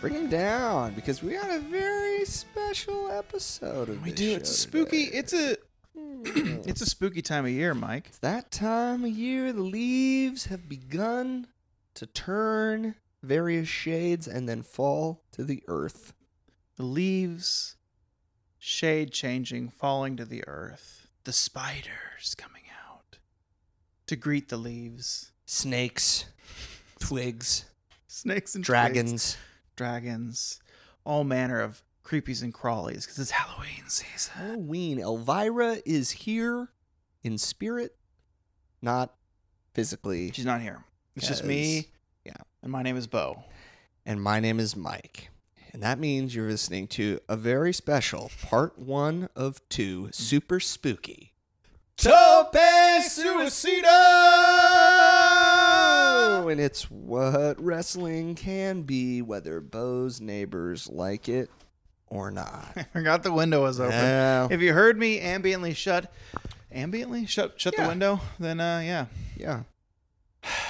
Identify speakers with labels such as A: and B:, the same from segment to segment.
A: Bring him down because we got a very special episode of
B: We
A: this
B: do. It's a
A: show
B: spooky.
A: today. Hmm.
B: It's a it's a spooky time of year, Mike.
A: It's that time of year. The leaves have begun to turn various shades and then fall to the earth.
B: The leaves, shade changing, falling to the earth. The spiders coming out to greet the leaves.
A: Snakes, twigs,
B: Snakes and twigs,
A: dragons.
B: dragons, all manner of creepies and crawlies because it's Halloween season.
A: Halloween. Elvira is here in spirit, not physically.
B: She's not here. It's just me. Yeah, and my name is Bo.
A: And my name is Mike. And that means you're listening to a very special part one of two, super spooky.
B: Tope
A: Oh,
B: suicida.
A: and it's what wrestling can be, whether Bo's neighbors like it or not.
B: I forgot the window was open.
A: Yeah,
B: If you heard me ambiently shut, ambiently shut shut
A: Yeah.
B: the window, then uh yeah.
A: yeah.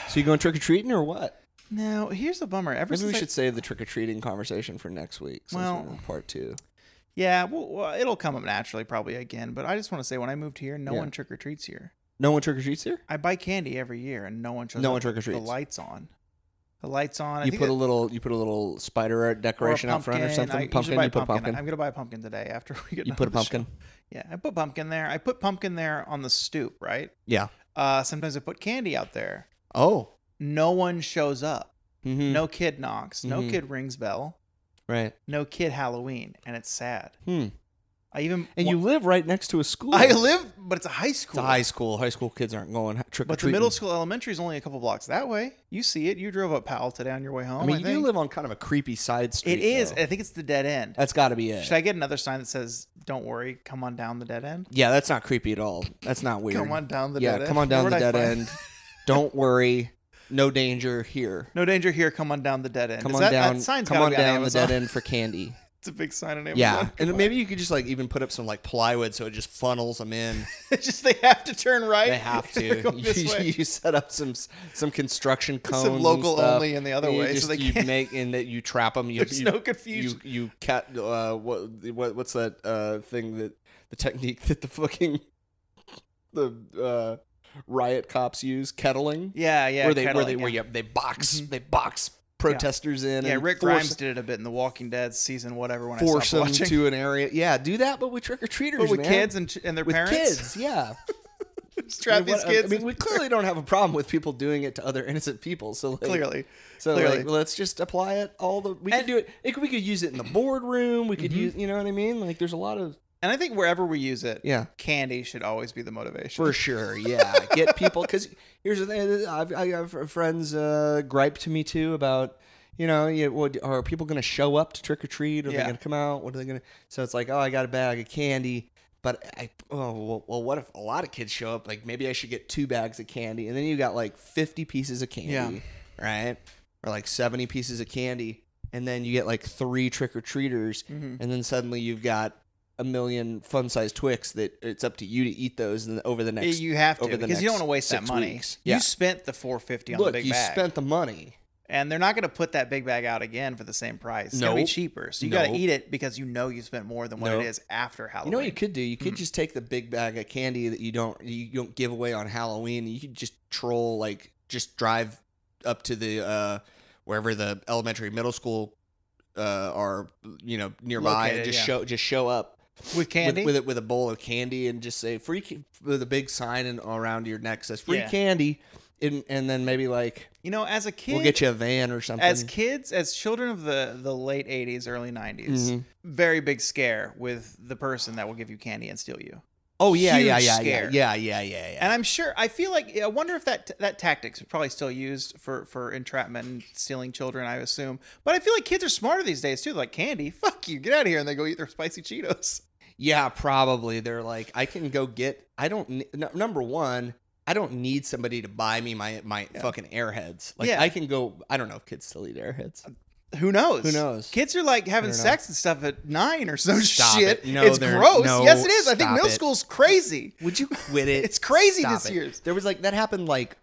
A: So you going trick or treating or what?
B: Now here's the bummer. Ever
A: Maybe
B: since
A: we
B: I-
A: should save the trick or treating conversation for next week. Since
B: Well-
A: we're in part two.
B: yeah, well, well, it'll come up naturally probably again. But I just want to say, when I moved here, no
A: Yeah.
B: one trick or treats here.
A: No one trick or treats here.
B: I buy candy every year, and no one shows up
A: No one
B: with
A: trick-or-treats.
B: The lights on, the lights on. I
A: You
B: think
A: put a
B: it-
A: little, you put a little spider art
B: or a
A: decoration out front or
B: pumpkin.
A: something.
B: I usually
A: pumpkin,
B: buy
A: you put a pumpkin.
B: I'm gonna buy a pumpkin today after we get.
A: You
B: done
A: put a
B: with the show.
A: pumpkin.
B: Yeah, I put pumpkin there. I put pumpkin there on the stoop, right?
A: Yeah.
B: Uh, sometimes I put candy out there.
A: Oh.
B: No one shows up.
A: Mm-hmm.
B: No kid knocks. No
A: Mhm.
B: kid rings bell.
A: Right.
B: No kid Halloween, and it's sad.
A: Hmm.
B: I even
A: And you live right next to a school.
B: I live, but it's a high
A: It's a
B: school.
A: high school. High school kids aren't going trick or
B: but the
A: treating.
B: middle school elementary is only a couple blocks that way. You see it. You drove up Powell today on your way home.
A: I mean, you do
B: think.
A: live on kind of a creepy side street.
B: It is.
A: though.
B: I think it's the dead end.
A: That's got to be it.
B: Should I get another sign that says "Don't worry, come on down the dead end"?
A: yeah, that's not creepy at all. That's not weird.
B: Come on down the
A: yeah,
B: dead end.
A: come on down
B: Where
A: the
B: would I
A: dead
B: find-
A: end. Don't worry, no danger here.
B: No danger here. Come on down the dead end.
A: Come
B: Is
A: on
B: that,
A: down.
B: That sign's
A: come
B: gotta
A: on
B: be on
A: down the
B: Amazon.
A: dead end for candy.
B: It's a big sign on Amazon.
A: yeah,
B: Come
A: and
B: on.
A: maybe you could just like even put up some like plywood so it just funnels them in.
B: it's just they have to turn right.
A: They have
B: They're
A: to.
B: going
A: you,
B: this way.
A: you set up some some construction cones,
B: Some
A: and
B: local
A: stuff.
B: only in the other
A: You
B: way,
A: just-
B: so they
A: you
B: can't.
A: make and that you trap them. You,
B: There's
A: you,
B: no confusion.
A: You you cat uh, what what what's that uh, thing that the technique that the fucking the uh, riot cops use kettling
B: yeah, yeah.
A: where they where
B: Cadillac,
A: they where
B: yeah.
A: you, they box
B: Mhm.
A: they box protesters in
B: Yeah,
A: and
B: Rick
A: force,
B: Grimes did it a bit in The Walking Dead season, whatever. When
A: force
B: I
A: them
B: stopped watching,
A: to an area yeah do that but with trick or treaters
B: but with kids and, ch- and their
A: with
B: parents,
A: kids yeah
B: strap
A: I mean,
B: these
A: what-
B: kids.
A: I mean we clearly don't have a problem with people doing it to other innocent people so like,
B: clearly,
A: So
B: Clearly.
A: like, let's just apply it all the we could
B: And-
A: do it. it. could- We could use it in the boardroom. We could
B: Mhm.
A: use, you know what I mean? Like, there's a lot of
B: and I think wherever we use it,
A: yeah,
B: candy should always be the motivation.
A: for sure, yeah. Get people because here's the thing. I've, I have friends uh, gripe to me too about. You know, you, what, are people going to show up to trick or treat? Are they
B: Yeah.
A: going to come out? What are they going to? So it's like, oh, I got a bag of candy, but I oh well, well, what if a lot of kids show up? Like maybe I should get two bags of candy, and then you got like fifty pieces of candy,
B: Yeah.
A: right? Or like seventy pieces of candy, and then you get like three trick or treaters,
B: Mhm.
A: and then suddenly you've got a million fun-sized Twix that it's up to you to eat those and over the next.
B: you have to
A: over the
B: because you don't
A: next
B: want to waste that
A: six
B: money.
A: weeks. Yeah.
B: You spent the four fifty on
A: look,
B: the big
A: you
B: bag,
A: spent the money.
B: and they're not going to put that big bag out again for the same price. It's going to be
A: Nope.
B: cheaper, so you got
A: Nope.
B: to eat it because you know you spent more than what
A: Nope.
B: it is after
A: You
B: Halloween.
A: know what you could do? You could just take the big bag of candy that you don't you don't give away on Halloween. You could just troll like just drive up to the uh wherever the elementary middle school uh are you know nearby and
B: Located,
A: just
B: yeah.
A: show just show up
B: with candy.
A: with with, it, with a bowl of candy and just say free ca- with a big sign and around your neck says free
B: Yeah.
A: candy and and then maybe like
B: you know, as a kid,
A: we'll get you a van or something.
B: as kids, as children of the the late '80s, early '90s,
A: Mhm.
B: very big scare with the person that will give you candy and steal you.
A: Oh yeah, yeah,
B: huge
A: yeah, yeah,
B: scare.
A: yeah, yeah, yeah, yeah.
B: And I'm sure. I feel like I wonder if that that tactics are probably still used for for entrapment and stealing children. I assume, but I feel like kids are smarter these days too. They're like candy, fuck you, get out of here, and they go eat their spicy Cheetos.
A: Yeah, probably. They're like, I can go get. I don't. ne- n- number one, I don't need somebody to buy me my my
B: Yeah.
A: fucking airheads. Like
B: Yeah. Uh,
A: I can go. I don't know if kids still eat airheads.
B: Who knows?
A: Who knows?
B: Kids are like having
A: Who knows?
B: sex and stuff at nine or some
A: Stop
B: shit.
A: it. No,
B: it's
A: they're-
B: gross.
A: no,
B: yes, it is. I think
A: stop
B: middle
A: it.
B: school's crazy.
A: Would you quit it?
B: It's crazy
A: Stop
B: this
A: it.
B: year's.
A: There was like that happened like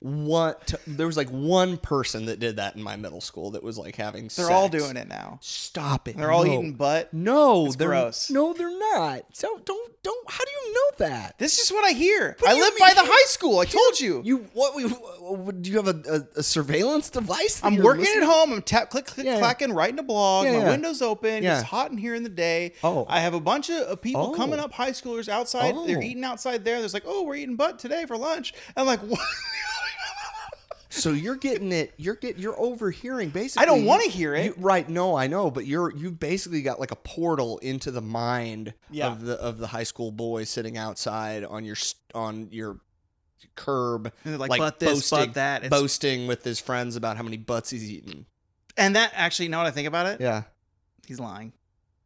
A: what there was like one person that did that in my middle school that was like having
B: They're all doing it now.
A: Stop it.
B: They're all
A: No.
B: eating butt.
A: No,
B: It's
A: they're
B: gross.
A: No, they're not. So don't don't how do you know that?
B: This is what I hear.
A: What
B: I
A: do you
B: live
A: mean?
B: by the high school. I told you.
A: You what we what, do you have a, a, a surveillance device? that
B: I'm
A: you're
B: working
A: listening-
B: at home. I'm tap click click
A: Yeah, yeah.
B: clacking, writing a blog.
A: Yeah,
B: my
A: yeah.
B: window's open.
A: Yeah.
B: It's hot in here in the day.
A: Oh.
B: I have a bunch of, of people
A: Oh.
B: coming up, high schoolers outside.
A: Oh.
B: They're eating outside there. There's like, oh, we're eating butt today for lunch. I'm like, what?
A: So you're getting it. You're get you're overhearing basically.
B: I don't want to hear it.
A: You, right? No, I know, but you're you've basically got like a portal into the mind
B: Yeah.
A: of the of the high school boy sitting outside on your s- on your curb,
B: and they're like,
A: like,
B: but this,
A: boasting,
B: but that. It's-
A: boasting with his friends about how many butts he's eaten.
B: and that actually, now that I think about it,
A: Yeah,
B: he's lying.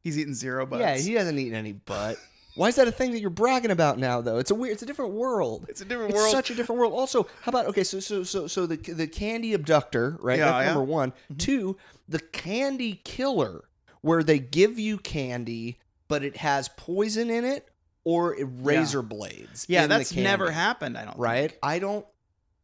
B: He's eating zero butts.
A: yeah, he hasn't eaten any butt. Why is that a thing that you're bragging about now? Though it's a weird, it's a different world.
B: it's a different
A: It's
B: world.
A: such a different world. Also, how about okay? So so so so the the candy abductor, right?
B: Yeah,
A: That's
B: yeah.
A: number one.
B: Mhm.
A: Two, the candy killer, where they give you candy, but it has poison in it or it razor blades.
B: yeah,
A: in the
B: that's never
A: candy,
B: happened, I don't
A: Right?
B: think.
A: I don't.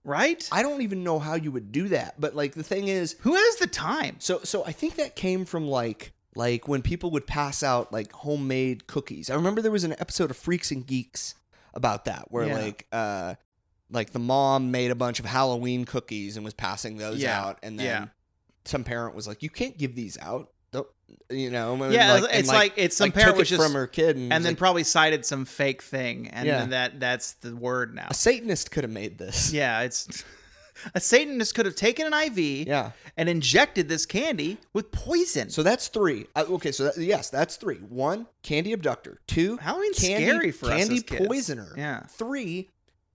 B: Right?
A: I don't even know how you would do that. But like the thing is,
B: Who has the time?
A: so so I think that came from like like when people would pass out like homemade cookies. I remember there was an episode of Freaks and Geeks about that where
B: Yeah.
A: like uh like the mom made a bunch of Halloween cookies and was passing those
B: Yeah.
A: out and then
B: Yeah.
A: some parent was like you can't give these out. Don't, you know, and
B: yeah,
A: and,
B: it's like, it's some
A: like,
B: parent
A: took
B: was
A: it
B: just
A: from her kid and,
B: and
A: was
B: then
A: like,
B: probably cited some fake thing, and
A: Yeah.
B: then that that's the word now.
A: a satanist could have made this.
B: Yeah, it's a Satanist could have taken an IV
A: Yeah.
B: and injected this candy with poison.
A: So that's 3. I, okay, so that, yes, that's 3. 1, candy abductor. 2,
B: Halloween's
A: candy,
B: scary for us
A: candy
B: as kids.
A: poisoner.
B: Yeah,
A: Three,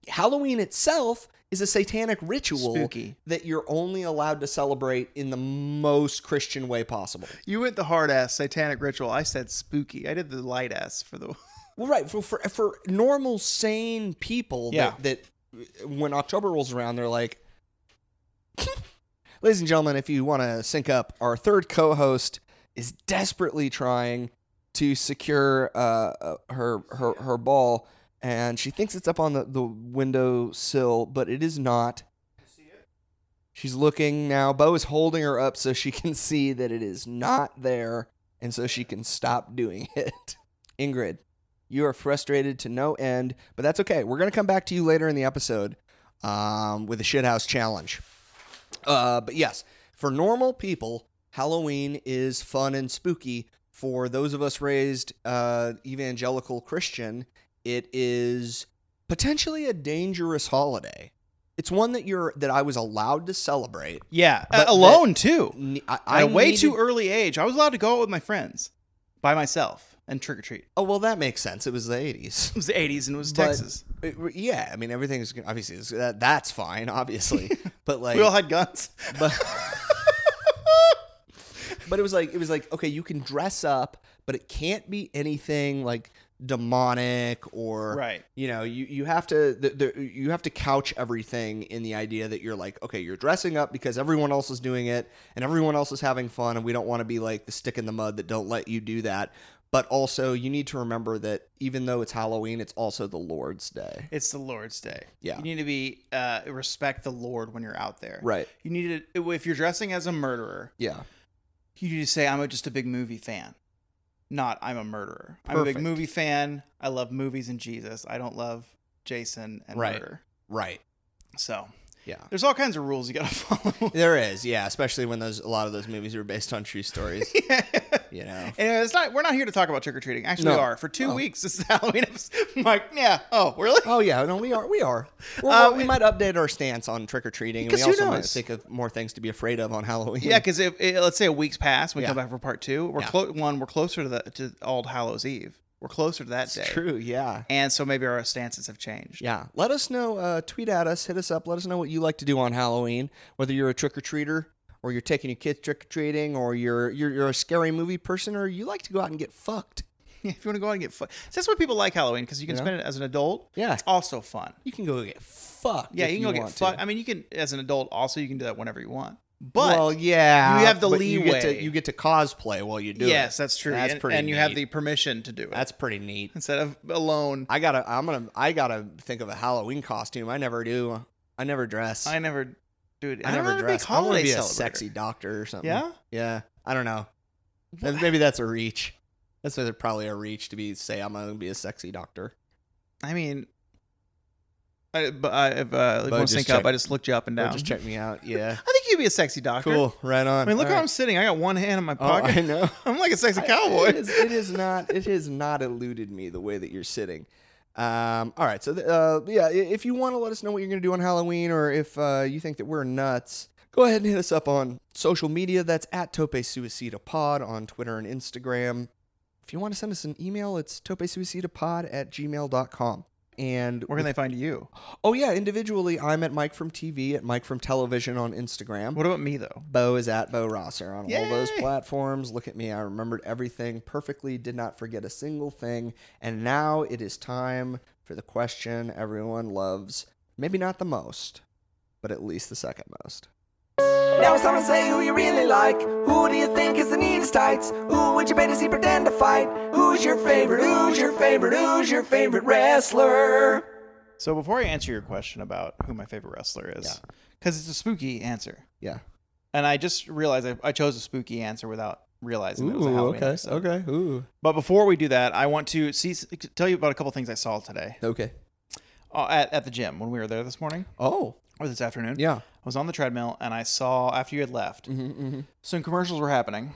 A: Halloween itself is a satanic ritual
B: spooky.
A: that you're only allowed to celebrate in the most Christian way possible.
B: You went the hard ass satanic ritual. I said spooky. I did the light ass for the.
A: Well, right for for, for normal sane people
B: Yeah.
A: that, that when October rolls around, they're like, ladies and gentlemen, if you want to sync up, our third co-host is desperately trying to secure uh, uh, her her her ball, and she thinks it's up on the the window sill, but it is not. She's looking now. Bo is holding her up so she can see that it is not there, and so she can stop doing it. Ingrid, you are frustrated to no end, but that's okay. We're gonna come back to you later in the episode um, with a shithouse challenge. Uh, but yes, for normal people, Halloween is fun and spooky. For those of us raised uh, evangelical Christian, it is potentially a dangerous holiday. It's one that you're that I was allowed to celebrate.
B: Yeah,
A: But that-
B: alone too.
A: N- I,
B: At
A: I
B: a way
A: needed-
B: too early age, I was allowed to go out with my friends by myself and trick or treat.
A: Oh well, that makes sense. It was the eighties.
B: It was the 80s and it was
A: But-
B: Texas.
A: yeah, I mean everything is obviously it's- that, that's fine, obviously. but like,
B: we all had guns.
A: but, but it was like it was like okay, you can dress up, but it can't be anything like demonic or
B: right.
A: you know you, you have to the, the, you have to couch everything in the idea that you're like okay you're dressing up because everyone else is doing it and everyone else is having fun and we don't want to be like the stick in the mud that don't let you do that but also you need to remember that even though it's halloween it's also the lord's day
B: It's the Lord's Day.
A: Yeah.
B: You need to be uh, respect the Lord when you're out there.
A: right
B: You need to if you're dressing as a murderer,
A: yeah
B: you need to say I'm a, just a big movie fan. Not I'm a murderer. I'm a big
A: Perfect.
B: movie fan. I love movies and Jesus. I don't love Jason and
A: Right.
B: murder.
A: right
B: So
A: yeah
B: there's all kinds of rules you gotta follow.
A: there is yeah especially when those a lot of those movies are based on true stories
B: Yeah.
A: you know
B: Anyway, it's not. We're not here to talk about trick or treating. Actually,
A: No.
B: we are. For two
A: Oh.
B: weeks, this is Halloween. episode. I'm like, yeah. Oh, really?
A: Oh yeah, no, we are, we are. We're,
B: Uh,
A: we might update our stance on trick or treating, and we
B: Because who
A: also might
B: knows?
A: think of more things to be afraid of on Halloween.
B: Yeah, because if eh, let's say a week's pass, we
A: Mm. Yeah.
B: come back for part two. We're
A: Yeah.
B: clo- one. We're closer to the to All Hallows Eve. We're closer to that
A: It's
B: day,
A: true. Yeah.
B: and so maybe our stances have changed.
A: Yeah. Let us know. Uh, tweet at us. Hit us up. Let us know what you like to do on Halloween. Whether you're a trick or treater, or you're taking your kids trick or treating, or you're, you're you're a scary movie person, or you like to go out and get fucked.
B: if you want to go out and get fun, that's why people like Halloween because you can
A: Yeah.
B: spend it as an adult.
A: Yeah.
B: It's also fun.
A: You can go get fucked.
B: Yeah,
A: if
B: you can go get
A: want to.
B: fucked. I mean, you can as an adult also you can do that whenever you want. But
A: well, yeah,
B: you have the
A: but You get, to,
B: leeway.
A: you get to cosplay while you do it.
B: yes, that's true.
A: That's
B: and,
A: pretty
B: and you have
A: neat.
B: the permission to do it
A: That's pretty neat.
B: instead of alone.
A: I gotta. I'm gonna. I gotta think of a Halloween costume. I never do. I never dress.
B: I never, dude.
A: I
B: I'm
A: never
B: not a big
A: dress. I want
B: holiday
A: to be a
B: celebrator.
A: sexy doctor or something.
B: Yeah.
A: Yeah. I don't know. That-
B: Wha-
A: Maybe that's a reach. That's why they're probably a reach to be say I'm gonna be a sexy doctor.
B: I mean, I, but I, if uh, like,
A: Bo
B: won't
A: just
B: sync up,
A: checked-
B: I just looked you up and
A: Or
B: down.
A: just check me out. Yeah.
B: I think you'd be a sexy doctor.
A: cool. Right on.
B: I mean, look
A: All
B: how
A: right.
B: I'm sitting. I got one hand in my
A: Oh, I
B: pocket.
A: know.
B: I'm like a sexy
A: I-
B: cowboy.
A: It is, it is not. It has not eluded me the way that you're sitting. Um, all right. So th- uh, yeah, i- if you want to let us know what you're going to do on Halloween, or if uh, you think that we're nuts, go ahead and hit us up on social media. That's at Tope Suicida Pod on Twitter and Instagram. If you want to send us an email, it's topesuicidapod at gmail.com. And
B: Where can they find you?
A: oh yeah, individually, I'm at Mike from TV at Mike from Television on Instagram.
B: What about me though?
A: Bo is at Bo Rosser on all those
B: Yay!
A: platforms. Look at me. I remembered everything perfectly, did not forget a single thing. And now it is time for the question everyone loves. Maybe not the most, but at least the second most.
C: Now it's time to say who you really like. Who do you think is the neatest tights? Who would you pay to see pretend to fight? Who's your favorite? Who's your favorite? Who's your favorite wrestler?
B: So before I answer your question about who my favorite wrestler is, because it's a spooky answer,
A: Yeah.
B: and I just realized I, I chose a spooky answer without realizing that it was a Halloween episode.
A: Okay. Ooh.
B: But before we do that, I want to see tell you about a couple things I saw today
A: Okay.
B: uh, at at the gym when we were there this morning
A: Oh.
B: or this afternoon.
A: Yeah.
B: I was on the treadmill and I saw after you had left,
A: Mm-hmm,
B: some commercials were happening,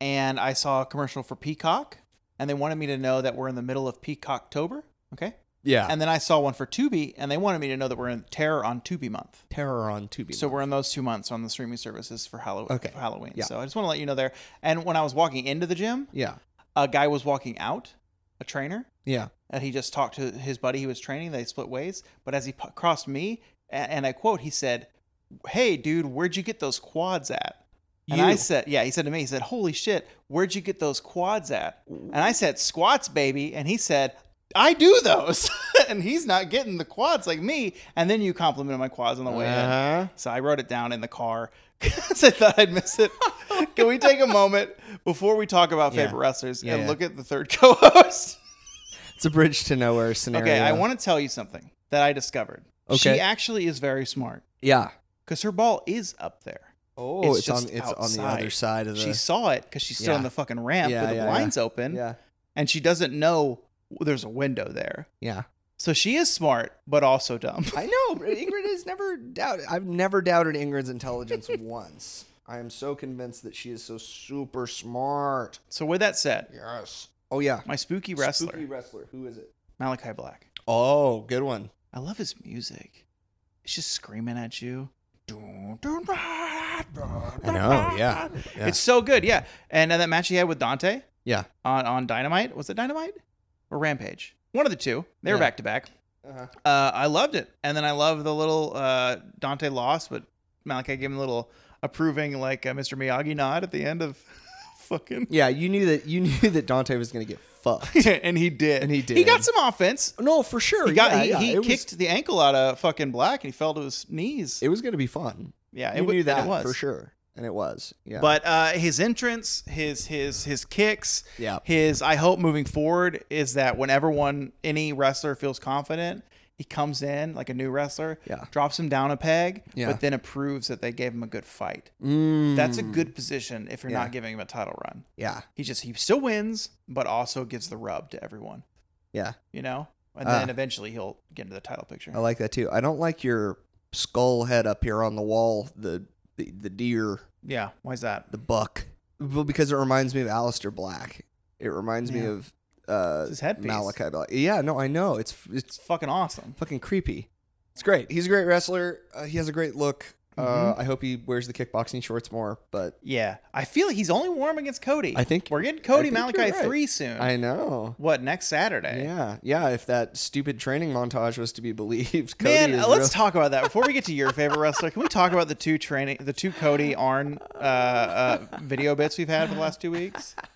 B: and I saw a commercial for Peacock, and they wanted me to know that we're in the middle of Peacocktober. Okay.
A: Yeah.
B: And then I saw one for Tubi, and they wanted me to know that we're in Terror on Tubi month.
A: Terror on Tubi.
B: So we're in those two months on the streaming services for, Hallow-
A: Okay.
B: for Halloween.
A: Yeah.
B: So I just want to let you know there. And when I was walking into the gym,
A: yeah.
B: a guy was walking out, a trainer,
A: Yeah.
B: and Uh, he just talked to his buddy he was training. They split ways. But as he p- crossed me, a- and I quote, he said, "Hey, dude, where'd you get those quads at?" And I
A: You.
B: said, "Yeah." He said to me, "He said, holy shit, where'd you get those quads at?" And I said, "Squats, baby." And he said, "I do those." and he's not getting the quads like me. And then you complimented my quads on the way in.
A: Uh-huh.
B: So I wrote it down in the car because I thought I'd miss it. Can we take a moment before we talk about
A: Yeah.
B: favorite wrestlers
A: Yeah,
B: and
A: yeah.
B: look at the third co-host?
A: It's a bridge to nowhere scenario.
B: Okay, I want to tell you something that I discovered.
A: Okay.
B: She actually is very smart
A: Yeah.
B: because her ball is up there.
A: Oh, it's,
B: It's
A: on.
B: just
A: It's on the
B: outside.
A: other side of the.
B: She saw it because she's still
A: Yeah.
B: on the fucking ramp
A: Yeah,
B: with the
A: yeah,
B: blinds open,
A: yeah.
B: and she doesn't know there's a window there.
A: Yeah.
B: So she is smart, but also dumb.
A: I know. but Ingrid has never doubted. I've never doubted Ingrid's intelligence once. I am so convinced that she is so super smart.
B: So with that said,
A: Yes. Oh yeah.
B: my spooky wrestler,
A: Spooky wrestler. Who is it?
B: Malachi Black.
A: Oh, good one.
B: I love his music. It's just screaming at you.
A: I know. Yeah. Yeah.
B: It's so good, yeah. And uh, that match he had with Dante
A: yeah.
B: on, on Dynamite, was it Dynamite or Rampage? One of the two. They were
A: Yeah.
B: back to back.
A: Uh-huh.
B: Uh, I loved it, and then I love the little uh, Dante lost, but Malachi gave him a little approving, like uh, Mr. Miyagi nod at the end of fucking.
A: Yeah. You knew that. You knew that Dante was gonna get fucked.
B: and he did.
A: And he
B: He got
A: did.
B: some offense.
A: no, for sure.
B: He got.
A: yeah,
B: he
A: yeah,
B: he
A: it was-
B: kicked the ankle out of fucking Black, and he fell to his knees.
A: it was gonna be fun.
B: yeah,
A: you
B: it, wa-
A: knew that
B: it was
A: for sure, and it was. Yeah.
B: But uh, his entrance, his his his kicks,
A: Yeah.
B: his I hope moving forward is that whenever one any wrestler feels confident, he comes in like a new wrestler,
A: Yeah.
B: drops him down a peg,
A: Yeah.
B: but then approves that they gave him a good fight.
A: Mm,
B: That's a good position if you're
A: Yeah.
B: not giving him a title run.
A: Yeah.
B: He just he still wins, but also gives the rub to everyone,
A: Yeah.
B: you know? And
A: Ah.
B: then eventually he'll get into the title picture.
A: I like that too. I don't like your skull head up here on the wall. The the, the deer
B: yeah, why is that?
A: the buck. Well, because it reminds me of Alistair Black. It reminds me
B: Yeah.
A: of uh,
B: It's his headpiece.
A: Malachi Black. Yeah, no, I know. It's
B: It's
A: it's
B: fucking awesome.
A: fucking creepy. It's great. He's a great wrestler. Uh, he has a great look.
B: Mm-hmm.
A: Uh, I hope he wears the kickboxing shorts more. But
B: Yeah. I feel like he's only warm against Cody.
A: I think-
B: we're getting
A: I
B: Cody
A: think
B: Malachi
A: you're right.
B: 3 soon.
A: I know.
B: what, next Saturday?
A: Yeah, yeah. If that stupid training montage was to be believed, Cody
B: Man,
A: is
B: let's
A: real-
B: talk about that before we get to your favorite wrestler. Can we talk about the two training, the two Cody Arn uh, uh, video bits we've had for the last two weeks?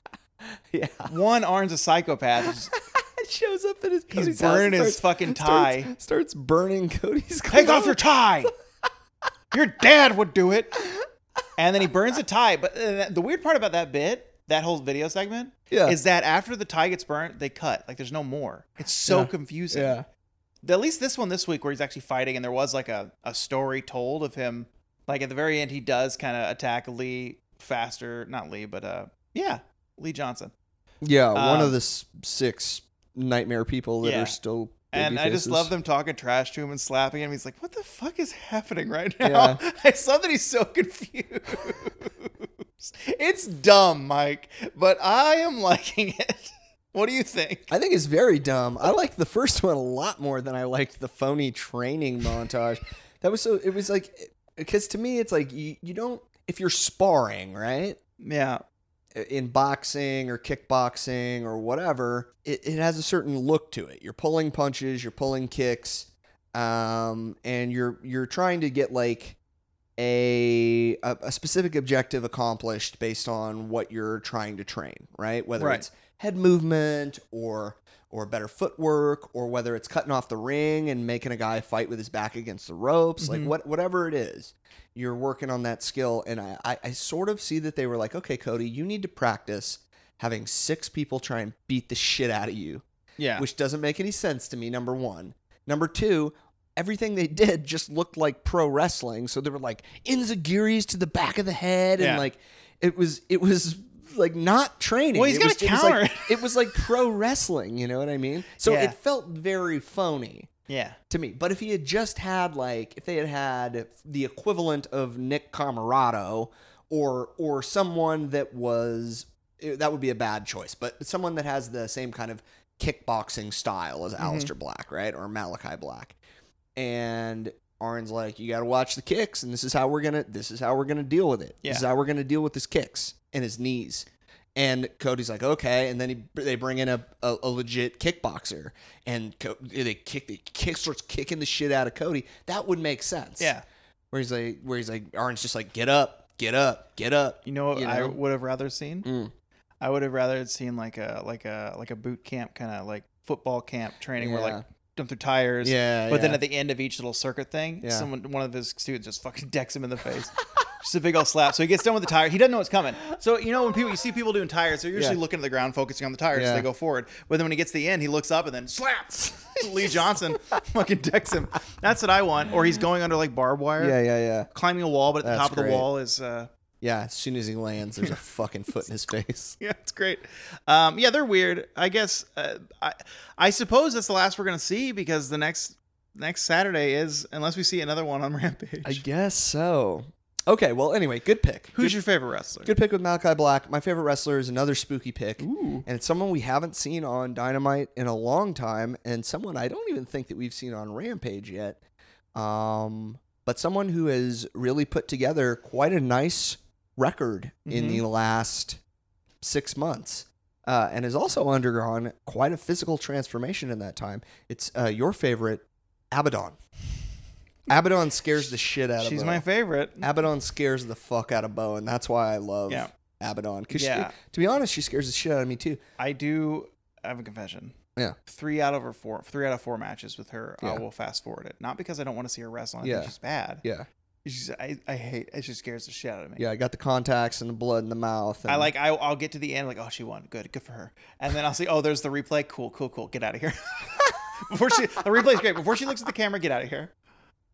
A: Yeah,
B: One Arn's a psychopath, He's
A: it shows up in his.
B: He's
A: Cody's house and
B: burning his
A: starts-
B: fucking
A: starts-
B: tie.
A: Starts, burning Cody's.
B: Take off
A: clothes.
B: your tie. Your dad would do it. And then he burns a tie. But uh, the weird part about that bit, that whole video segment,
A: Yeah.
B: is that after the tie gets burnt, they cut. Like there's no more. It's so
A: Yeah.
B: confusing.
A: Yeah,
B: the- at least this one this week where he's actually fighting and there was like a, a story told of him like at the very end he does kind of attack lee faster not lee but uh yeah lee johnson
A: Yeah,
B: Um,
A: one of the s- six nightmare people that
B: yeah.
A: are still.
B: and i just
A: babyfaces.
B: love them talking trash to him and slapping him he's like what the fuck is happening right now i saw that he's so confused it's dumb mike but i am liking it what do you think
A: I think it's very dumb. I liked the first one a lot more than I liked the phony training montage. That was so. It was like because to me, it's like you you don't if you're sparring right
B: yeah
A: in boxing or kickboxing or whatever, it, it has a certain look to it. You're pulling punches, you're pulling kicks, um, and you're you're trying to get like a, a a specific objective accomplished based on what you're trying to train, right? Whether
B: Right.
A: it's head movement or or better footwork or whether it's cutting off the ring and making a guy fight with his back against the ropes,
B: Mhm.
A: like what whatever it is you're working on that skill. And I, I, I sort of see that they were like, okay, Cody, you need to practice having six people try and beat the shit out of you,
B: yeah
A: which doesn't make any sense to me, number one. Number two, everything they did just looked like pro wrestling. So they were like inzagiris to the back of the head
B: Yeah.
A: and like it was it was like not training.
B: Well, he's
A: It
B: gotta
A: was- it was like-
B: counter it.
A: it was like pro wrestling, you know what I mean? So
B: Yeah.
A: it felt very phony
B: yeah
A: to me. But if he had just had like if they had had the equivalent of Nick Camarado or or someone that was eh, that would be a bad choice, but someone that has the same kind of kickboxing style as Aleister Black, right? Or Malachi Black. And Arn's like, you got to watch the kicks and this is how we're going to this is how we're going to deal with it. This is how we're going to deal with his kicks and his knees. And Cody's like, okay. And then he, they bring in a, a, a legit kickboxer, and Co- they kick the kick starts kicking the shit out of Cody. That would make sense.
B: yeah
A: Where he's like, where he's like, Arn's just like, get up, get up, get up.
B: You know what
A: You
B: I
A: know?
B: would have rather seen?
A: Mm.
B: I would have rather had seen like a like a like a boot camp kind of like football camp training where
A: Yeah.
B: like dump through tires.
A: Yeah.
B: But then
A: yeah.
B: at the end of each little circuit thing,
A: Yeah.
B: someone one of his students just fucking decks him in the face. Just a big old slap. So he gets done with the tire. He doesn't know what's coming. So you know when people you see people doing tires, they're usually
A: Yeah.
B: looking at the ground, focusing on the tires as
A: Yeah.
B: they go forward. But then when he gets to the end, he looks up and then slaps Lee Johnson fucking decks him. That's what I want. Or he's going under like barbed wire,
A: yeah, yeah, yeah,
B: climbing a wall, but at the
A: That's
B: top of the
A: great.
B: wall is uh
A: yeah. As soon as he lands, there's a fucking foot in his face.
B: yeah, it's great. Um, yeah, they're weird. I guess uh, I, I suppose that's the last we're gonna see because the next next Saturday is unless we see another one on Rampage.
A: I guess so. Okay. Well, anyway, good pick.
B: Who's
A: good,
B: your favorite wrestler?
A: good pick with Malachi Black? My favorite wrestler is another spooky pick.
B: Ooh,
A: and it's someone we haven't seen on Dynamite in a long time, and someone I don't even think that we've seen on Rampage yet. Um, but someone who has really put together quite a nice record in
B: Mm-hmm.
A: the last six months, uh, and has also undergone quite a physical transformation in that time. It's uh, your favorite, Abaddon. Abaddon scares the shit out of.
B: she's
A: Bo.
B: my favorite.
A: Abaddon scares the fuck out of Bo, and that's why I love
B: Yeah.
A: Abaddon. Because
B: Yeah.
A: to be honest, she scares the shit out of me too.
B: I do have a confession.
A: Yeah.
B: three out of her four, three out of four matches with her, I
A: Yeah.
B: will fast forward it. Not because I don't want to see her wrestle. I
A: Yeah.
B: think she's bad.
A: Yeah.
B: She's, I, I hate. It. She scares the shit out of me.
A: Yeah, I got the contacts and the blood in the mouth. And
B: I like I, I'll get to the end like oh she won good good for her and then I'll see oh there's the replay cool cool cool get out of here before she the replay's great before she looks at the camera get out of here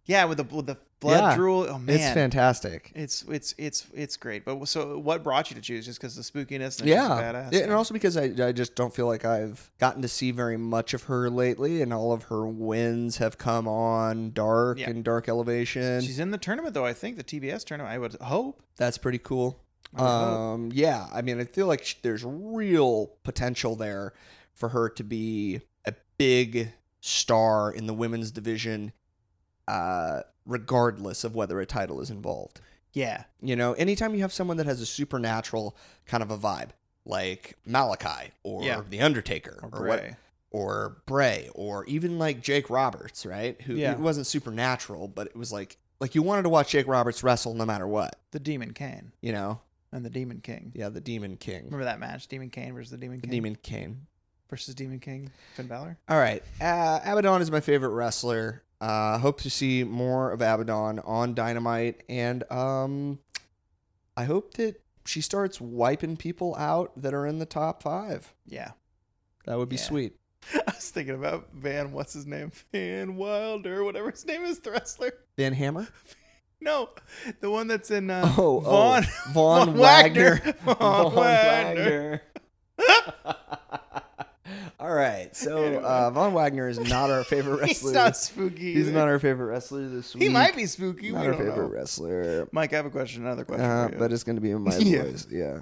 B: yeah with the with the blood
A: Yeah.
B: drool oh man
A: it's fantastic.
B: it's it's it's it's great but so what brought you to choose just because the spookiness and yeah
A: Yeah.
B: badass
A: Yeah, and also because I, I just don't feel like I've gotten to see very much of her lately, and all of her wins have come on dark
B: Yeah.
A: and dark elevation.
B: she's in the tournament though I think the TBS tournament I would hope
A: That's pretty cool.
B: I would hope.
A: Um, yeah, I mean, I feel like sh- there's real potential there for her to be a big star in the women's division, uh, regardless of whether a title is involved.
B: yeah
A: You know, anytime you have someone that has a supernatural kind of a vibe, like Malachi or
B: Yeah.
A: The Undertaker
B: or,
A: or,
B: Bray.
A: what, or Bray or even like Jake Roberts, right? Who
B: Yeah.
A: it wasn't supernatural, but it was like like you wanted to watch Jake Roberts wrestle no matter what.
B: the Demon Kane
A: You know,
B: and the Demon King
A: yeah, the Demon King,
B: remember that match Demon Kane versus the Demon
A: the
B: King
A: Demon King.
B: versus Demon King Finn Balor
A: All right, uh, Abaddon is my favorite wrestler. Uh, hope to see more of Abaddon on Dynamite, and um, I hope that she starts wiping people out that are in the top five.
B: yeah
A: That would be
B: Yeah.
A: sweet.
B: I was thinking about Van, what's his name? Van Wilder, whatever his name is, the wrestler.
A: Van Hammer.
B: No, the one that's in uh,
A: Oh,
B: Vaughn.
A: oh, Vaughn Wagner.
B: Vaughn,
A: Von
B: Wagner.
A: All right, so
B: Anyway.
A: uh, Von Wagner is not our favorite wrestler.
B: He's not spooky.
A: He's
B: either.
A: not our favorite wrestler this week.
B: He might be spooky.
A: not
B: we
A: our
B: don't
A: favorite
B: know.
A: wrestler.
B: Mike, I have a question. Another question.
A: Uh,
B: for you.
A: but it's going to be in my
B: Yeah.
A: voice. Yeah.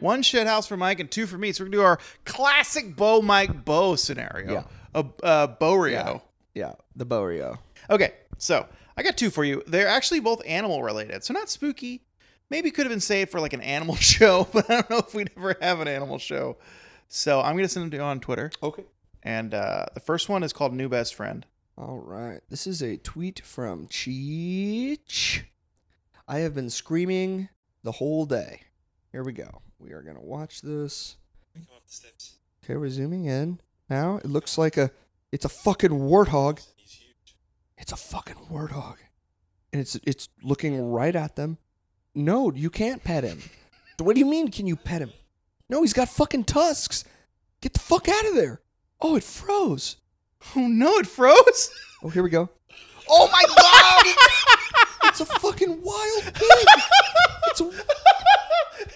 B: One shit house for Mike and two for me. So we're gonna do our classic Bo Mike Bo scenario.
A: Yeah.
B: A uh, Bo Rio.
A: Yeah. The Borio.
B: Okay, so I got two for you. They're actually both animal related, so not spooky. Maybe could have been saved for like an animal show, but I don't know if we'd ever have an animal show. So I'm gonna send them to you on Twitter.
A: Okay.
B: And uh, the first one is called New Best Friend.
A: All right. This is a tweet from Cheech. I have been screaming the whole day. Here we go. We are going to watch this.
D: Come up the steps.
A: Okay, we're zooming in. Now it looks like a it's a fucking warthog.
D: He's huge.
A: It's a fucking warthog. And it's it's looking right at them. No, you can't pet him. what do you mean can you pet him? No, he's got fucking tusks. Get the fuck out of there. Oh, it froze.
B: Oh no, it froze!
A: Oh, here we go.
B: Oh my god!
A: It's a fucking wild pig. It's a,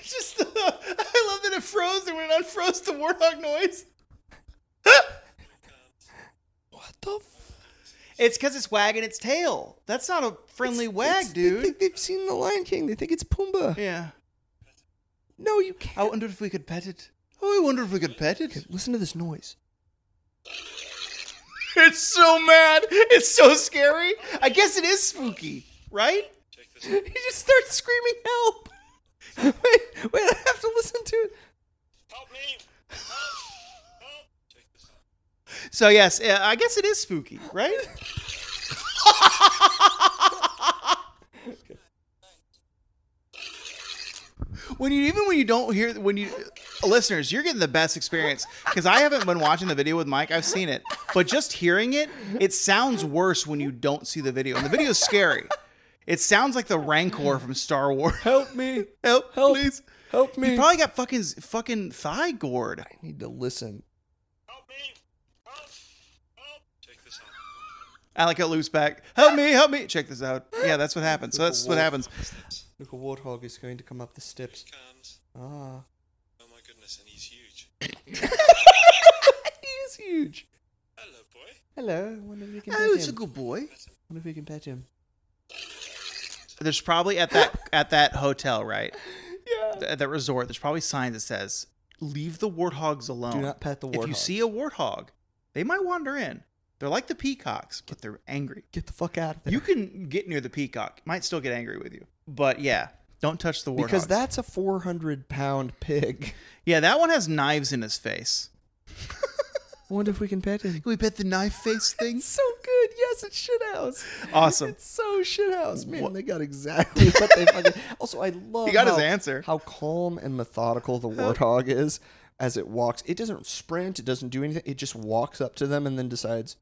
B: Just the, I love that it froze, and when it unfroze, the warthog noise.
A: what the f-
B: It's because it's wagging its tail. That's not a friendly
A: It's- They think they've seen The Lion King. They think it's Pumbaa.
B: Yeah.
A: No, you can't.
B: I wonder if we could pet it. Oh, I wonder if we could pet it.
A: Listen to this noise.
B: It's so mad. It's so scary. I guess it is spooky, right?
D: Check this
A: He
D: out.
A: just starts screaming, help. Wait, wait, I have to listen to it.
D: Help me! Help! Help! Check this out.
B: So yes, uh, I guess it is spooky, right? when you even when you don't hear when you listeners, you're getting the best experience because I haven't been watching the video with Mike. I've seen it, but just hearing it, it sounds worse when you don't see the video. And the video is scary. It sounds like the Rancor from Star Wars.
A: Help me.
B: Help,
A: Help.
B: please.
A: Help
B: You
A: me.
B: probably got fucking fucking thigh gored.
A: I need to listen.
D: Help me! Help! Help! Check this out.
B: I like how Luke's back. Help me, help me. Check this out. Yeah, that's what happens. So that's what happens.
D: The steps.
A: Look, a warthog is going to come up the steps.
D: He comes.
A: Ah.
D: Oh my goodness, and he's huge.
A: He is huge.
D: Hello, boy.
A: Hello. I wonder if we can pet
B: Oh, it's a
A: him.
B: good boy.
A: wonder if we can pet him.
B: There's probably at that at that hotel, right?
A: Yeah.
B: Th- At that resort, there's probably signs that says, "Leave the warthogs alone."
A: Do not pet the warthog.
B: If you see a warthog, they might wander in. They're like the peacocks, but they're angry.
A: Get the fuck out of there.
B: You can get near the peacock. Might still get angry with you, but yeah, don't touch the warthog.
A: because that's a 400 pound pig.
B: yeah, that one has knives in his face.
A: I wonder if we can pet him.
B: Can we bet the knife face thing?
A: so good. Yes, it's shithouse.
B: Awesome.
A: It's so shithouse. Man,
B: Oh. What-
A: they got exactly what they fucking. Also, I love
B: He got his
A: how-
B: answer.
A: how calm and methodical the warthog is as it walks. It doesn't sprint, it doesn't do anything. It just walks up to them and then decides,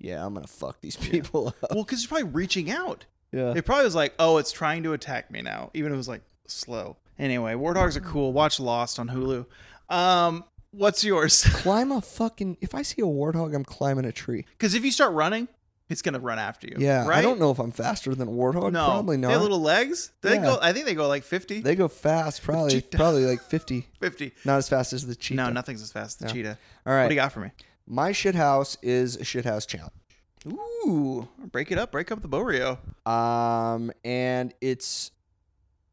A: yeah, I'm going to fuck these people up.
B: Well, because it's probably reaching out.
A: Yeah.
B: It probably was like, oh, it's trying to attack me now, even if it was like slow. Anyway, warthogs are cool. Watch Lost on Hulu. Um, what's yours?
A: Climb a fucking. If I see a warthog, I'm climbing a tree.
B: Because if you start running, it's gonna run after you.
A: Yeah.
B: right.
A: I don't know if I'm faster than a warthog.
B: No,
A: Probably not.
B: They have little legs. They
A: Yeah.
B: go. I think they go like 50,
A: They go fast, probably
B: cheetah.
A: probably like 50.
B: 50.
A: Not as fast as the cheetah.
B: No, nothing's as fast as the
A: No.
B: cheetah.
A: All
B: What do you
A: right.
B: got for me?
A: My shit house is a shit house challenge.
B: Ooh, break it up. Break up the Borio.
A: Um and it's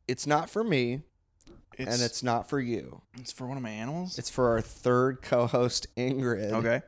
A: it's not for me and it's not for you.
B: it's for one of my animals.
A: It's for our third co-host Ingrid.
B: okay.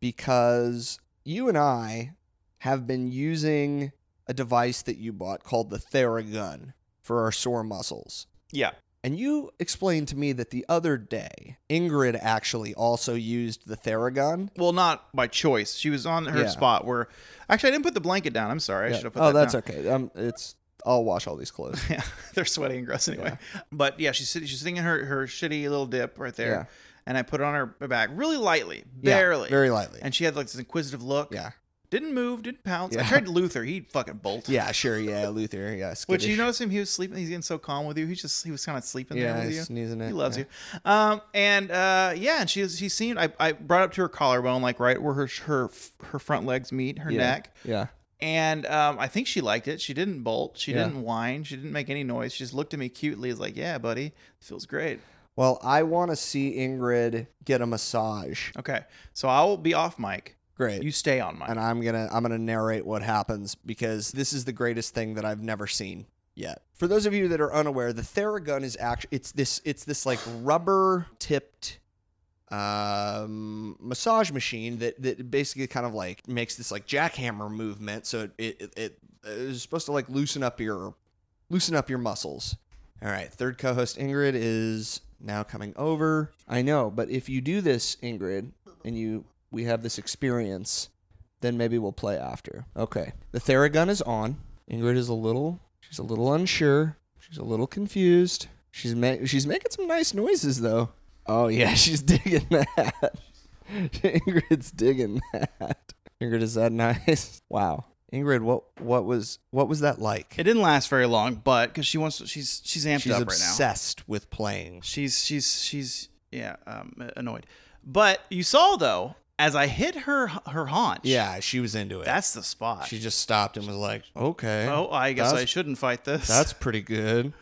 A: Because you and I have been using a device that you bought called the Theragun for our sore muscles.
B: Yeah.
A: And you explained to me that the other day Ingrid actually also used the Theragun.
B: Well, not by choice. She was on her
A: Yeah.
B: spot where, actually, I didn't put the blanket down. I'm sorry. I
A: Yeah.
B: should have put
A: oh,
B: that
A: that's
B: down.
A: okay. Um, it's I'll wash all these clothes.
B: Yeah, they're sweaty and gross anyway. But yeah, she's sitting, she's sitting in her, her shitty little dip right there,
A: Yeah.
B: and I put it on her back really lightly,
A: Yeah,
B: barely,
A: very lightly.
B: and she had like this inquisitive look.
A: yeah,
B: Didn't move, didn't pounce. I
A: Yeah.
B: tried Luther. He fucking bolted.
A: Yeah, sure. Yeah, Luther. Yeah,
B: Which you
A: skittish.
B: notice him, he was sleeping. He's getting so calm with you. He's just he was kind of sleeping
A: Yeah,
B: there with
A: he's
B: you.
A: sneezing it.
B: He loves
A: yeah.
B: you. Um, and uh, yeah, and she was- she seemed I, I brought up to her collarbone, like right where her her her front legs meet her
A: Yeah.
B: neck,
A: Yeah.
B: and um, I think she liked it. She didn't bolt. She
A: Yeah.
B: didn't whine. She didn't make any noise. She just looked at me cutely. Is like, yeah, buddy, feels great.
A: Well, I want to see Ingrid get a massage.
B: Okay, so I will be off mic.
A: Great.
B: You stay on mic.
A: and I'm gonna I'm gonna narrate what happens because this is the greatest thing that I've never seen yet. For those of you that are unaware, the Theragun is actually it's this it's this like rubber tipped um massage machine that that basically kind of like makes this like jackhammer movement so it it it, it is supposed to like loosen up your loosen up your muscles all right third co-host ingrid is now coming over i know but if you do this ingrid and you we have this experience then maybe we'll play after. Okay. The Theragun is on. Ingrid is a little she's a little unsure. She's a little confused. She's ma- she's making some nice noises though. Oh yeah, she's digging that. Ingrid's digging that. Ingrid, is that nice? Wow. Ingrid, what what was what was that like?
B: it didn't last very long, but because she wants, to, she's she's amped
A: she's
B: up right now.
A: obsessed with playing.
B: She's she's she's yeah um, annoyed. But you saw though, as I hit her her haunch.
A: Yeah, she was into it.
B: That's the spot.
A: she just stopped and was like, "Okay,
B: oh, I guess
A: that's-
B: I shouldn't fight this.
A: that's pretty good."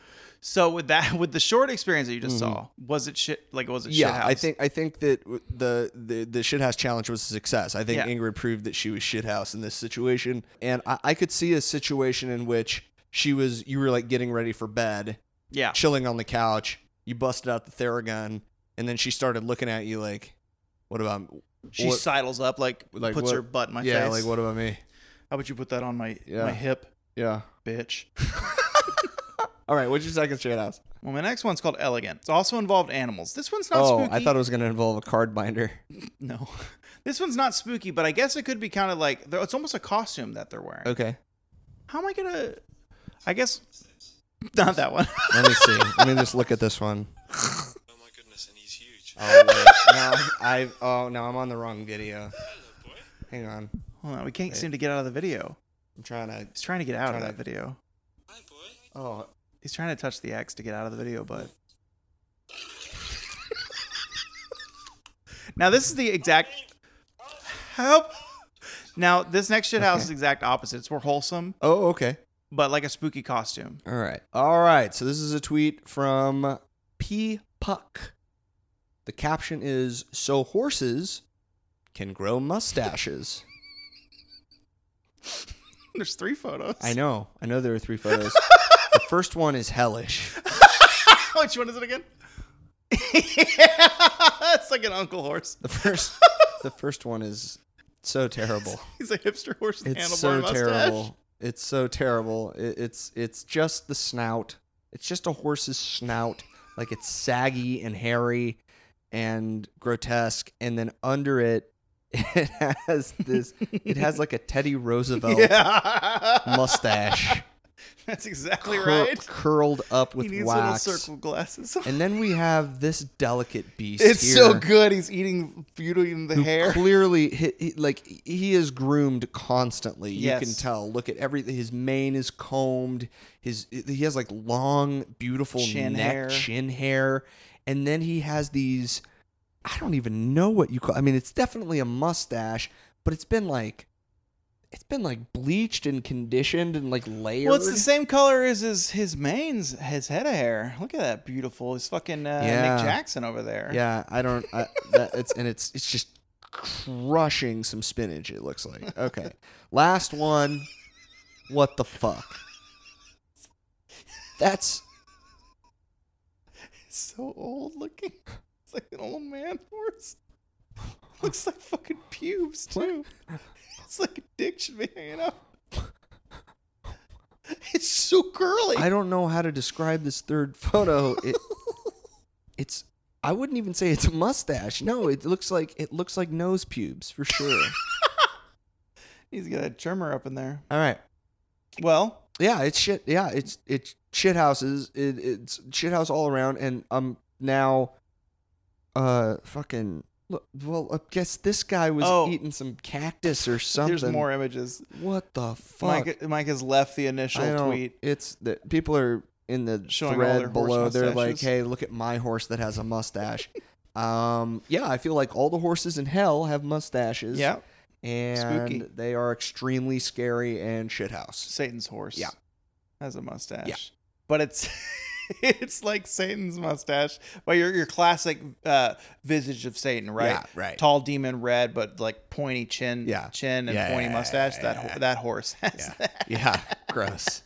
B: so with that with the short experience that you just saw, was it shit like was it
A: Mm-hmm. Yeah,
B: shithouse?
A: I think I think that w- the the the shithouse challenge was a success. I think
B: Yeah.
A: Ingrid proved that she was shithouse in this situation, and I, I could see a situation in which she was you were like getting ready for bed,
B: Yeah.
A: chilling on the couch. You busted out the theragun, and then she started looking at you like, "What about
B: She
A: what-
B: sidles up like,
A: like
B: puts
A: what-
B: her butt in my
A: yeah?
B: face.
A: Like what about me?
B: How about you put that on my
A: Yeah.
B: my hip,
A: Yeah.
B: bitch?
A: All right. What's your second shithouse?
B: Well, my next one's called elegant. It's also involved animals. This one's not
A: oh,
B: spooky.
A: I thought it was gonna involve a card binder.
B: no. This one's not spooky, but I guess it could be kind of like they're- it's almost a costume that they're wearing.
A: Okay.
B: How am I gonna? I guess not that one.
A: Let me see. Let me just look at this one.
D: Oh my goodness, and he's huge.
A: Oh wait. No, I. Oh no, I'm on the wrong video.
D: Hello, boy.
A: Hang on.
B: Hold on, we can't seem to get out of the video.
A: I'm trying to.
B: He's trying to get out of
A: Trying
B: that video.
D: Hi, boy.
A: Oh,
B: He's trying to touch the X to get out of the video, but. now this is the exact help. Now this next shit house is exact opposite. It's more wholesome,
A: oh, okay.
B: but like a spooky costume.
A: All right, all right. So this is a tweet from P Puck. The caption is: "So horses can grow mustaches."
B: There's three photos.
A: I know. I know there are three photos. the first one is hellish.
B: Which one is it again? yeah, it's like an uncle horse.
A: The first, the first one is so terrible.
B: He's a hipster horse. with
A: It's
B: handlebar
A: so
B: mustache.
A: terrible. It's so terrible. It, it's it's just the snout. It's just a horse's snout. Like it's saggy and hairy and grotesque. And then under it, it has this. it has like a Teddy Roosevelt
B: Yeah.
A: mustache,
B: That's exactly
A: cur-
B: right.
A: curled up with
B: he needs
A: wax.
B: little circle glasses.
A: And then we have this delicate beast.
B: It's
A: here.
B: so good. He's eating beauty in the
A: who
B: hair.
A: Clearly, he, he- like he is groomed constantly. You can
B: Yes.
A: tell. Look at everything. His mane is combed. His he has like long, beautiful
B: Chin
A: neck,
B: hair.
A: chin hair, and then he has these. I don't even know what you call. I mean, it's definitely a mustache, but it's been like, it's been like bleached and conditioned and like layered.
B: Well, it's the same color as his his manes, his head of hair. Look at that beautiful. He's fucking uh,
A: Yeah.
B: Nick Jackson over there.
A: Yeah, I don't. I, that, it's and it's it's just crushing some spinach. It looks like. Okay, last one. What the fuck? That's
B: He's so old looking. It's like an old man horse. Looks like fucking pubes too. It's like a dick should be hanging out. It's so curly.
A: I don't know how to describe this third photo. It, it's I wouldn't even say it's a mustache. No, it looks like it looks like nose pubes for sure.
B: He's got a trimmer up in there.
A: All right.
B: Well,
A: Yeah, it's shit. Yeah, it's it's shit houses. It, it's shit house all around, and I'm now, uh, fucking Look, well, I guess this guy was
B: Oh.
A: eating some cactus or something.
B: There's more images.
A: What the fuck?
B: Mike, Mike has left the
A: I
B: initial
A: don't-
B: tweet.
A: It's that people are in the
B: Showing all their
A: thread
B: horse
A: below. They're like,
B: mustaches.
A: "Hey, look at my horse that has a mustache." um, yeah, I feel like all the horses in hell have mustaches.
B: Yeah,
A: and
B: Spooky.
A: they are extremely scary and shithouse.
B: Satan's horse.
A: Yeah.
B: has a mustache.
A: Yeah.
B: but it's it's like Satan's mustache, but your your classic uh, visage of Satan, right?
A: Yeah, right.
B: Tall demon red, but like pointy chin,
A: Yeah.
B: chin and
A: Yeah,
B: pointy
A: yeah,
B: mustache.
A: yeah,
B: that
A: yeah.
B: ho- that horse has
A: Yeah.
B: that.
A: yeah, gross.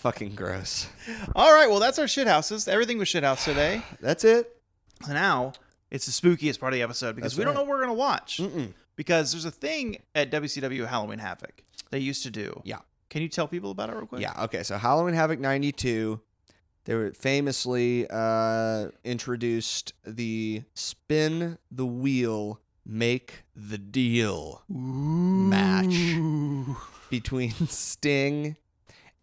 A: Fucking gross.
B: All right, well that's our shit houses. Everything was shit house today.
A: That's it.
B: So now it's the spookiest part of the episode because
A: That's
B: we don't
A: right. Mm.
B: know what we're gonna watch.
A: Mm-mm.
B: Because there's a thing at WCW Halloween Havoc they used to do.
A: Yeah.
B: Can you tell people about it real quick?
A: Yeah. Okay. So Halloween Havoc '92, they were famously uh, introduced the spin the wheel, make the deal match between Sting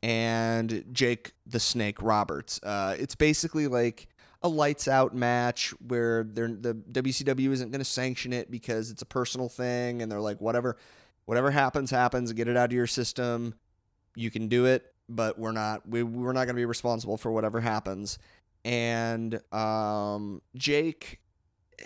A: and Jake the Snake Roberts. Uh, it's basically like a lights out match where they're, the WCW isn't going to sanction it because it's a personal thing, and they're like, whatever, whatever happens, happens. Get it out of your system. You can do it, but we're not we we're not going to be responsible for whatever happens. And um, Jake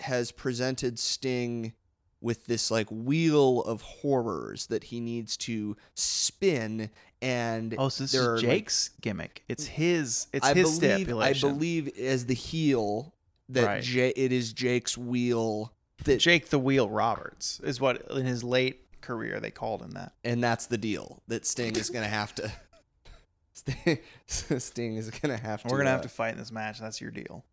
A: has presented Sting with this like wheel of horrors that he needs to spin and
B: Oh, so this
A: there are,
B: is
A: like-
B: Jake's gimmick. It's his. It's
A: I
B: his
A: believe,
B: stipulation.
A: I believe as the heel that
B: Right.
A: Ja- it is Jake's wheel that
B: Jake the Wheel Roberts is what in his late career they called him that.
A: and that's the deal that Sting is gonna have to. Sting, Sting is gonna have to.
B: We're gonna
A: uh,
B: have to fight in this match. That's your deal.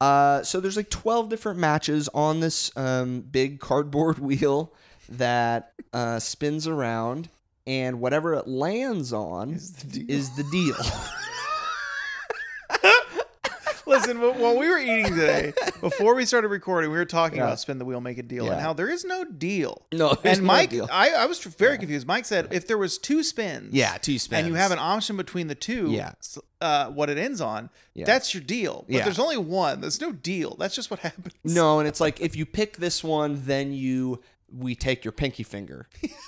A: Uh, so there's like 12 different matches on this um, big cardboard wheel that uh, spins around, and whatever it lands on
B: Is the deal.
A: is the deal.
B: Listen, wh- while we were eating today, before we started recording, we were talking
A: Yeah.
B: about spin the wheel, make a deal, and
A: Yeah.
B: how there is no deal.
A: no, there's
B: and
A: no
B: Mike,
A: deal.
B: I, I was tr- very confused. Mike said if there was two spins,
A: yeah, two spins,
B: and you have an option between the two,
A: Yeah.
B: s- uh, what it ends on,
A: Yeah.
B: that's your deal. But
A: Yeah.
B: there's only one. There's no deal. That's just what happens.
A: No, and it's like if you pick this one, then you we take your pinky finger,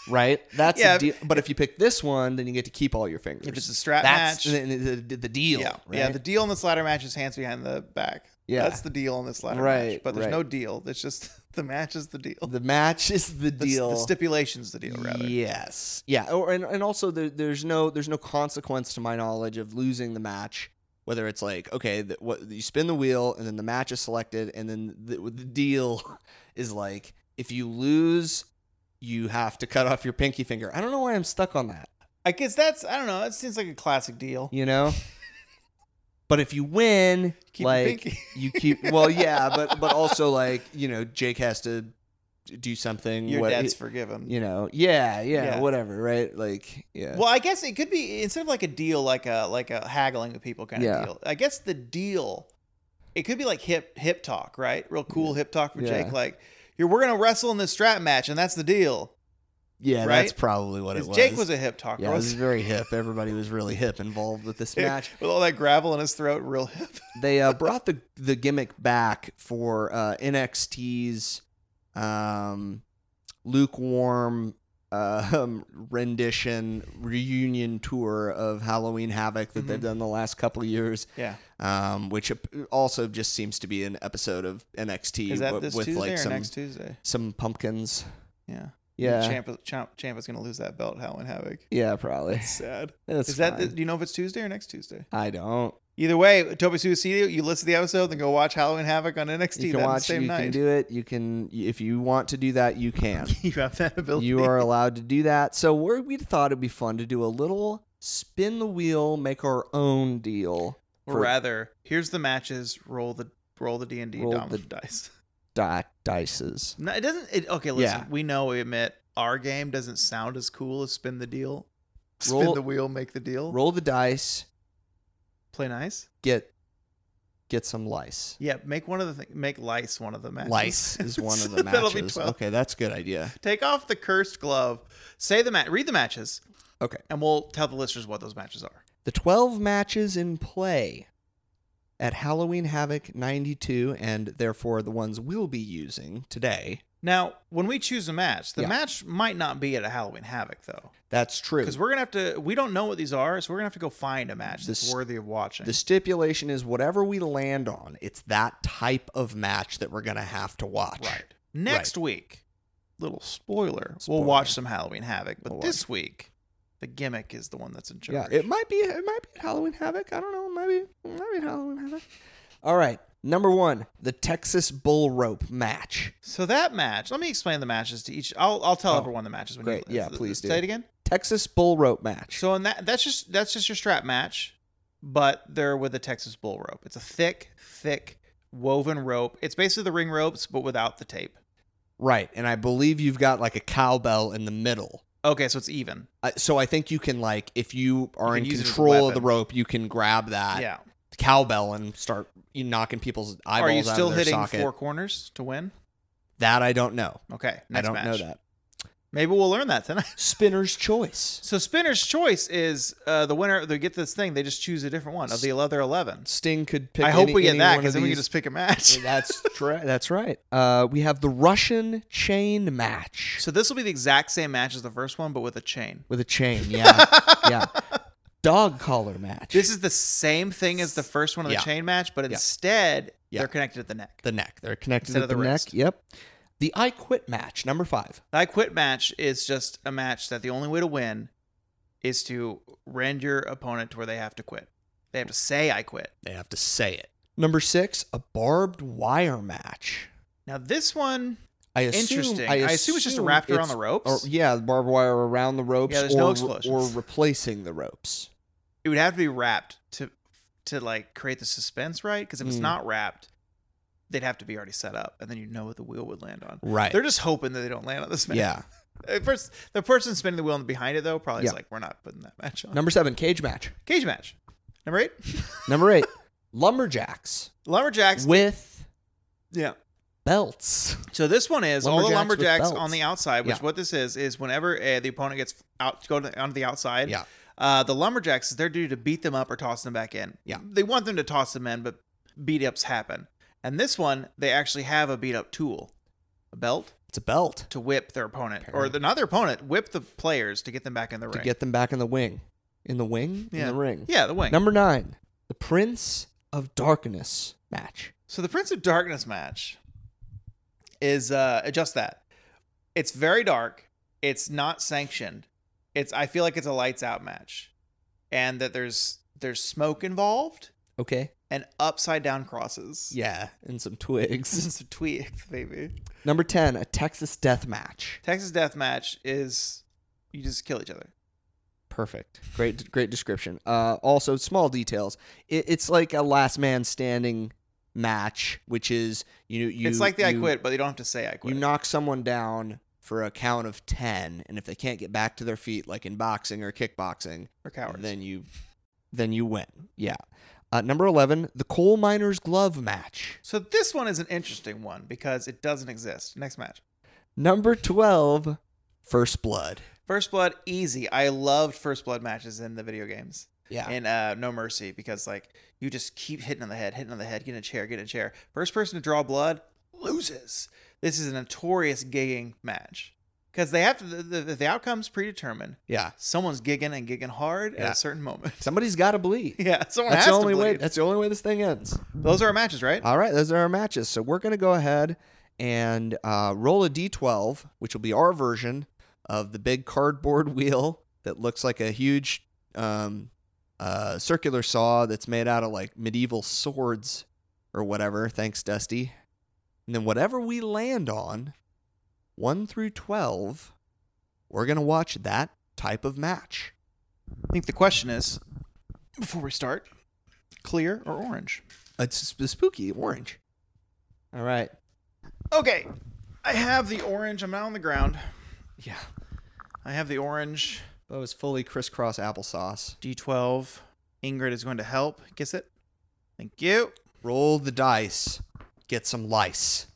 A: right? That's
B: Yeah,
A: the deal. But if you pick this one, then you get to keep all your fingers.
B: If it's a strap
A: that's
B: match,
A: the, the, the- the deal.
B: yeah,
A: right?
B: yeah. The deal in this ladder match is hands behind the back.
A: Yeah.
B: that's the deal in this ladder match.
A: Right,
B: But there's
A: right.
B: no deal. It's just the match is the deal.
A: The match is the
B: The s-
A: deal.
B: The, stipulation's the deal, rather.
A: Yes. Yeah. Or and, and also there, there's no there's no consequence to my knowledge of losing the match. Whether it's like okay, the, what you spin the wheel and then the match is selected, and then the, the deal is like if you lose, you have to cut off your pinky finger. I don't know why I'm stuck on that.
B: I guess that's I don't know. It seems like a classic deal.
A: You know. but if you win,
B: Keep your
A: like
B: pinky.
A: you keep well, yeah, but but also like you know Jake has to do something.
B: Your
A: what-
B: debt's forgiven.
A: you know yeah, yeah
B: Yeah.
A: whatever right like yeah
B: Well, I guess it could be instead of like a deal, like a like a haggling with people kind
A: Yeah.
B: of deal. I guess the deal, it could be like hip hip talk, right? Real cool hip talk for
A: Yeah.
B: Jake. Like, you're we're gonna wrestle in this strap match, and that's the deal.
A: yeah
B: right?
A: that's probably what it
B: 'Cause
A: was
B: Jake was a hip talker.
A: yeah it was
B: wasn't
A: very hip everybody was really hip involved with this
B: he?
A: match
B: with all that gravel in his throat, real hip.
A: they uh, brought the the gimmick back for uh, NXT's um, lukewarm uh, um, rendition reunion tour of Halloween Havoc that they've
B: Mhm.
A: done the last couple of years,
B: Yeah.
A: um, which ap- also just seems to be an episode of NXT
B: Is that
A: wi-
B: this
A: with
B: Tuesday
A: like
B: or
A: some
B: next Tuesday?
A: some pumpkins.
B: Yeah.
A: Yeah,
B: Champa, Champ, Champa's gonna lose that belt. Halloween Havoc.
A: yeah, probably.
B: Sad.
A: That's
B: Is that?
A: fine.
B: do you know if it's Tuesday or next Tuesday?
A: I don't.
B: Either way, Toby Suicidio, you listen to the episode, then go watch Halloween Havoc on NXT
A: You
B: that
A: can watch.
B: same
A: You
B: night.
A: can do it. You can if you want to do that. You can.
B: you have that ability.
A: you are allowed to do that. So we're, we thought it'd be fun to do a little spin the wheel, make our own deal
B: or
A: for-
B: rather, here's the matches. Roll the roll the D and D
A: Roll the-
B: dice.
A: dot dices.
B: No, it doesn't. It, okay, listen.
A: Yeah.
B: We know. We admit our game doesn't sound as cool as spin the deal. Spin
A: Roll-
B: the wheel, make the deal.
A: Roll the dice,
B: Play nice.
A: get get some lice.
B: Yeah, make one of the thing. Make lice one of the matches.
A: Lice is one of the
B: That'll be
A: matches.
B: 12.
A: Okay, that's a good idea.
B: Take off the cursed glove. Say the mat. Read the matches,
A: Okay.
B: and we'll tell the listeners what those matches are.
A: The 12 matches in play at Halloween Havoc 92, and therefore the ones we'll be using today.
B: Now, when we choose a match, the
A: Yeah.
B: match might not be at a Halloween Havoc though,
A: That's true.
B: because we're gonna have to. We don't know what these are, so we're gonna have to go find a match that's
A: This-
B: worthy of watching.
A: The stipulation is whatever we land on, it's that type of match that we're going to have to watch.
B: right next week. Little spoiler, We'll
A: Spoiler.
B: watch some Halloween Havoc, but
A: We'll watch.
B: this week, the gimmick is the one that's in charge.
A: Yeah, it might be it might be Halloween Havoc. I don't know. Maybe maybe Halloween Havoc. All right. Number 1, the Texas Bull Rope match.
B: So that match, let me explain the matches to each. I'll, I'll tell
A: Oh,
B: everyone the matches. When
A: great.
B: You,
A: Yeah, please do.
B: Say it again.
A: Texas Bull Rope match.
B: So in that, that's just that's just your strap match, but they're with a Texas bull rope. It's a thick, thick woven rope. It's basically the ring ropes, but without the tape.
A: Right. And I believe you've got like a cowbell in the middle.
B: Okay, so it's even.
A: I- So I think you can like if you are
B: You
A: in
B: can use it as a
A: control of the
B: weapon.
A: rope, you can grab that
B: yeah.
A: cowbell and start you knocking people's eyeballs
B: Are you
A: out
B: still
A: of their
B: hitting
A: socket.
B: four corners to win?
A: That I don't know.
B: Okay,
A: I
B: next
A: don't
B: match.
A: know that.
B: Maybe we'll learn that tonight.
A: Spinner's choice.
B: So spinner's choice is uh, the winner. They get this thing. They just choose a different one of the other eleven.
A: Sting could pick.
B: I hope
A: any-
B: we get
A: any
B: that
A: one of
B: because then we
A: these.
B: can just pick a match.
A: That's tra- that's right. Uh, we have the Russian chain match
B: So this will be the exact same match as the first one, but with a chain.
A: with a chain. Yeah, yeah. Dog collar match.
B: This is the same thing as the first one of the
A: Yeah.
B: chain match, but
A: Yeah.
B: instead
A: Yeah.
B: they're connected at the neck.
A: the neck. They're connected
B: Instead
A: at
B: of
A: the,
B: the
A: neck.
B: wrist.
A: Yep. The I quit match number five.
B: The I quit match is just a match that the only way to win is to rend your opponent to where they have to quit. They have to say I quit.
A: They have to say it. Number six, a barbed wire match.
B: Now this one,
A: I assume,
B: Interesting. I assume it's just wrapped around the ropes?
A: Or, yeah, barbed wire around the ropes.
B: there's
A: or,
B: no
A: re-
B: explosions.
A: Or replacing the ropes.
B: it would have to be wrapped to to like create the suspense, right? Because if it's
A: Mm.
B: not wrapped, they'd have to be already set up, and then you know what the wheel would land on.
A: Right.
B: They're just hoping that they don't land on this match.
A: yeah.
B: At Uh, first, the person spinning the wheel and behind it though probably is
A: Yeah.
B: like, we're not putting that match on.
A: Number seven, cage match.
B: Cage match. Number eight,
A: Number eight, lumberjacks
B: lumberjacks.
A: with
B: yeah.
A: belts.
B: So this one is all the
A: Lumberjacks with
B: lumberjacks
A: belts.
B: on the outside. Which
A: Yeah.
B: what this is is whenever uh, the opponent gets out to go to, onto the outside.
A: Yeah.
B: Uh, the lumberjacks is their duty to beat them up or toss them back in.
A: Yeah.
B: They want them to toss them in, but beat ups happen. And this one, they actually have a beat up tool, a belt
A: It's a belt
B: to whip their opponent or
A: Apparently.
B: the, not their opponent, whip the players to get them back in the
A: to
B: ring.
A: get them back in the wing. In the wing?
B: Yeah.
A: In the ring.
B: yeah, the wing.
A: Number nine, the Prince of Darkness match.
B: So the Prince of Darkness match is uh just that. It's very dark. It's not sanctioned. It's I feel like it's a lights out match. And that there's there's smoke involved
A: Okay.
B: and upside down crosses.
A: Yeah, and some twigs.
B: It's a tweak, baby.
A: Number 10, a Texas death match.
B: Texas death match is you just kill each other.
A: Perfect. Great great description. Uh, also, small details. It, it's like a last man standing match, which is you you
B: it's like the I
A: you-
B: quit, but they don't have to say I quit.
A: You knock someone down for a count of 10, and if they can't get back to their feet, like in boxing or kickboxing,
B: They're cowards.
A: then you then you win. Yeah. Uh, number 11, the coal miner's glove match.
B: so this one is an interesting one because it doesn't exist. Next match.
A: Number 12, first blood.
B: First Blood, easy. I loved First Blood matches in the video games.
A: Yeah.
B: in uh, No Mercy because like you just keep hitting on the head, hitting on the head, getting a chair, getting a chair. First person to draw blood loses. This is a notorious gigging match because they have to the, the, the outcome's predetermined.
A: yeah.
B: Someone's gigging and gigging hard at
A: Yeah.
B: a certain moment.
A: Somebody's got to bleed.
B: yeah, someone
A: That's the
B: has
A: only
B: to
A: way.
B: bleed.
A: That's the only way this thing ends.
B: Those are our matches, right?
A: All right, those are our matches. So we're gonna go ahead and uh, roll a d12, which will be our version of the big cardboard wheel that looks like a huge um, uh, circular saw that's made out of like medieval swords or whatever. Thanks, Dusty. And then whatever we land on, one through twelve, we're gonna watch that type of match.
B: I think the question is, before we start, clear or orange?
A: It's sp- spooky orange. All right.
B: Okay, I have the orange. I'm out on the ground.
A: Yeah.
B: I have the orange.
A: That was fully crisscross applesauce.
B: D12. Ingrid is going to help. Kiss it. Thank you.
A: Roll the dice. Get some lice.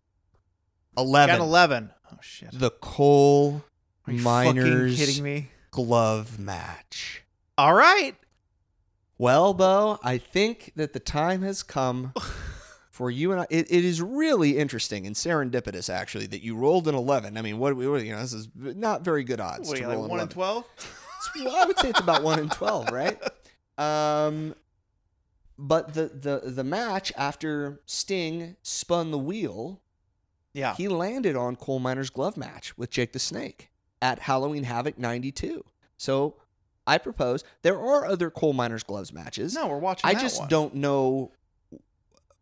B: Got
A: 11.
B: 11. Oh, shit.
A: The coal
B: Are you
A: miners
B: fucking kidding me?
A: glove match.
B: All right.
A: Well, Bo, I think that the time has come for you and I. It, it is really interesting and serendipitous, actually, that you rolled an 11. I mean, what, what you know, this is not very good odds.
B: What are
A: to
B: you,
A: roll
B: like 1
A: an
B: in
A: 11.
B: 12?
A: It's- well, I would say it's about one in twelve, right? Um, but the the the match after Sting spun the wheel,
B: Yeah.
A: he landed on Coal Miner's glove match with Jake the Snake at Halloween Havoc '92. So I propose there are other Coal Miner's gloves matches.
B: no, we're watching
A: I
B: that
A: just
B: one.
A: don't know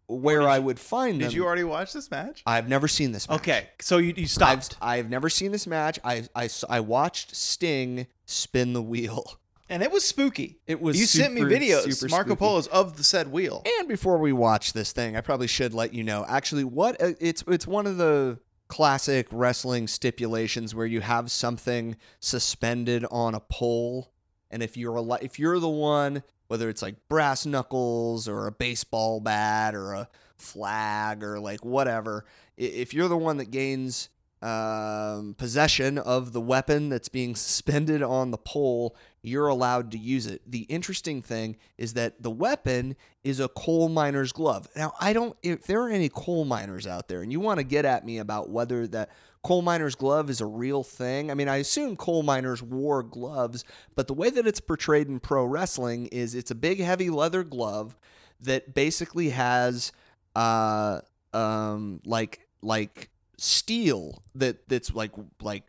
A: where I would find them.
B: Did you already watch this match?
A: I've never seen this. match.
B: Okay, so you, you stopped.
A: I've, I've never seen this match. I, I s- I watched Sting spin the wheel.
B: and it was spooky.
A: It was
B: you sent me
A: super,
B: videos,
A: super
B: Marco
A: spooky.
B: Polo's of the said wheel.
A: And before we watch this thing, I probably should let you know. Actually, what uh, it's it's one of the classic wrestling stipulations where you have something suspended on a pole, and if you're a li- if you're the one, whether it's like brass knuckles or a baseball bat or a flag or like whatever, i- if you're the one that gains um, possession of the weapon that's being suspended on the pole, you're allowed to use it. The interesting thing is that the weapon is a coal miner's glove. Now, I don't, if there are any coal miners out there and you want to get at me about whether that coal miner's glove is a real thing, I mean, I assume coal miners wore gloves, but the way that it's portrayed in pro wrestling is it's a big, heavy leather glove that basically has, uh, um, like, like, steel that that's like like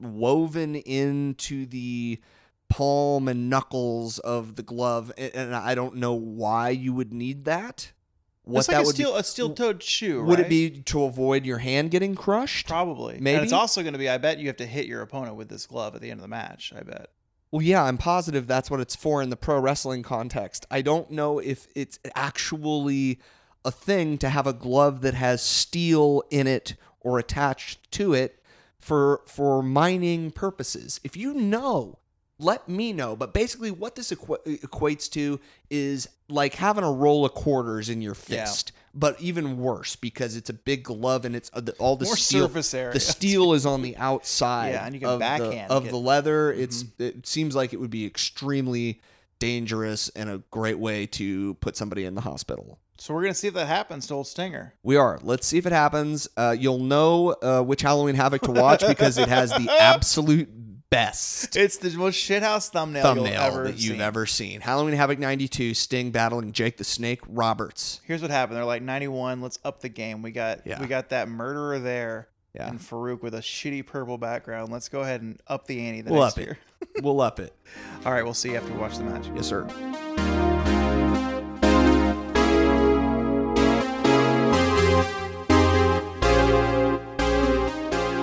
A: woven into the palm and knuckles of the glove a- and I don't know why you would need that. What
B: it's
A: that
B: like a
A: would
B: steel a steel toed shoe.
A: be, would
B: right?
A: it be to avoid your hand getting crushed?
B: Probably. And
A: Maybe?
B: it's also going to be, I bet you have to hit your opponent with this glove at the end of the match. I bet.
A: Well, yeah, I'm positive that's what it's for in the pro wrestling context. I don't know if it's actually a thing to have a glove that has steel in it or attached to it for for mining purposes. If you know, let me know. But basically, what this equa- equates to is like having a roll of quarters in your
B: Yeah.
A: fist, but even worse because it's a big glove and it's uh, the- all the
B: More
A: steel.
B: surface area.
A: The steel is on the outside
B: Yeah, and you can
A: of,
B: backhand
A: the, of
B: it. Mm-hmm.
A: the leather. It's it seems like it would be extremely dangerous and a great way to put somebody in the hospital.
B: So we're going to see if that happens to old Stinger.
A: We are. Let's see if it happens. Uh, you'll know uh, which Halloween Havoc to watch because it has the absolute best
B: It's the most shithouse thumbnail,
A: thumbnail
B: you'll ever
A: that you've
B: seen.
A: ever seen. Halloween Havoc 92, Sting battling Jake the Snake Roberts.
B: Here's what happened. They're like 91. Let's up the game. We got
A: Yeah.
B: we got that murderer there
A: Yeah.
B: and Farouk with a shitty purple background. Let's go ahead and up the ante the
A: We'll
B: next
A: up it.
B: year.
A: we'll up it.
B: All right, we'll see you after we watch the match.
A: Yes, sir.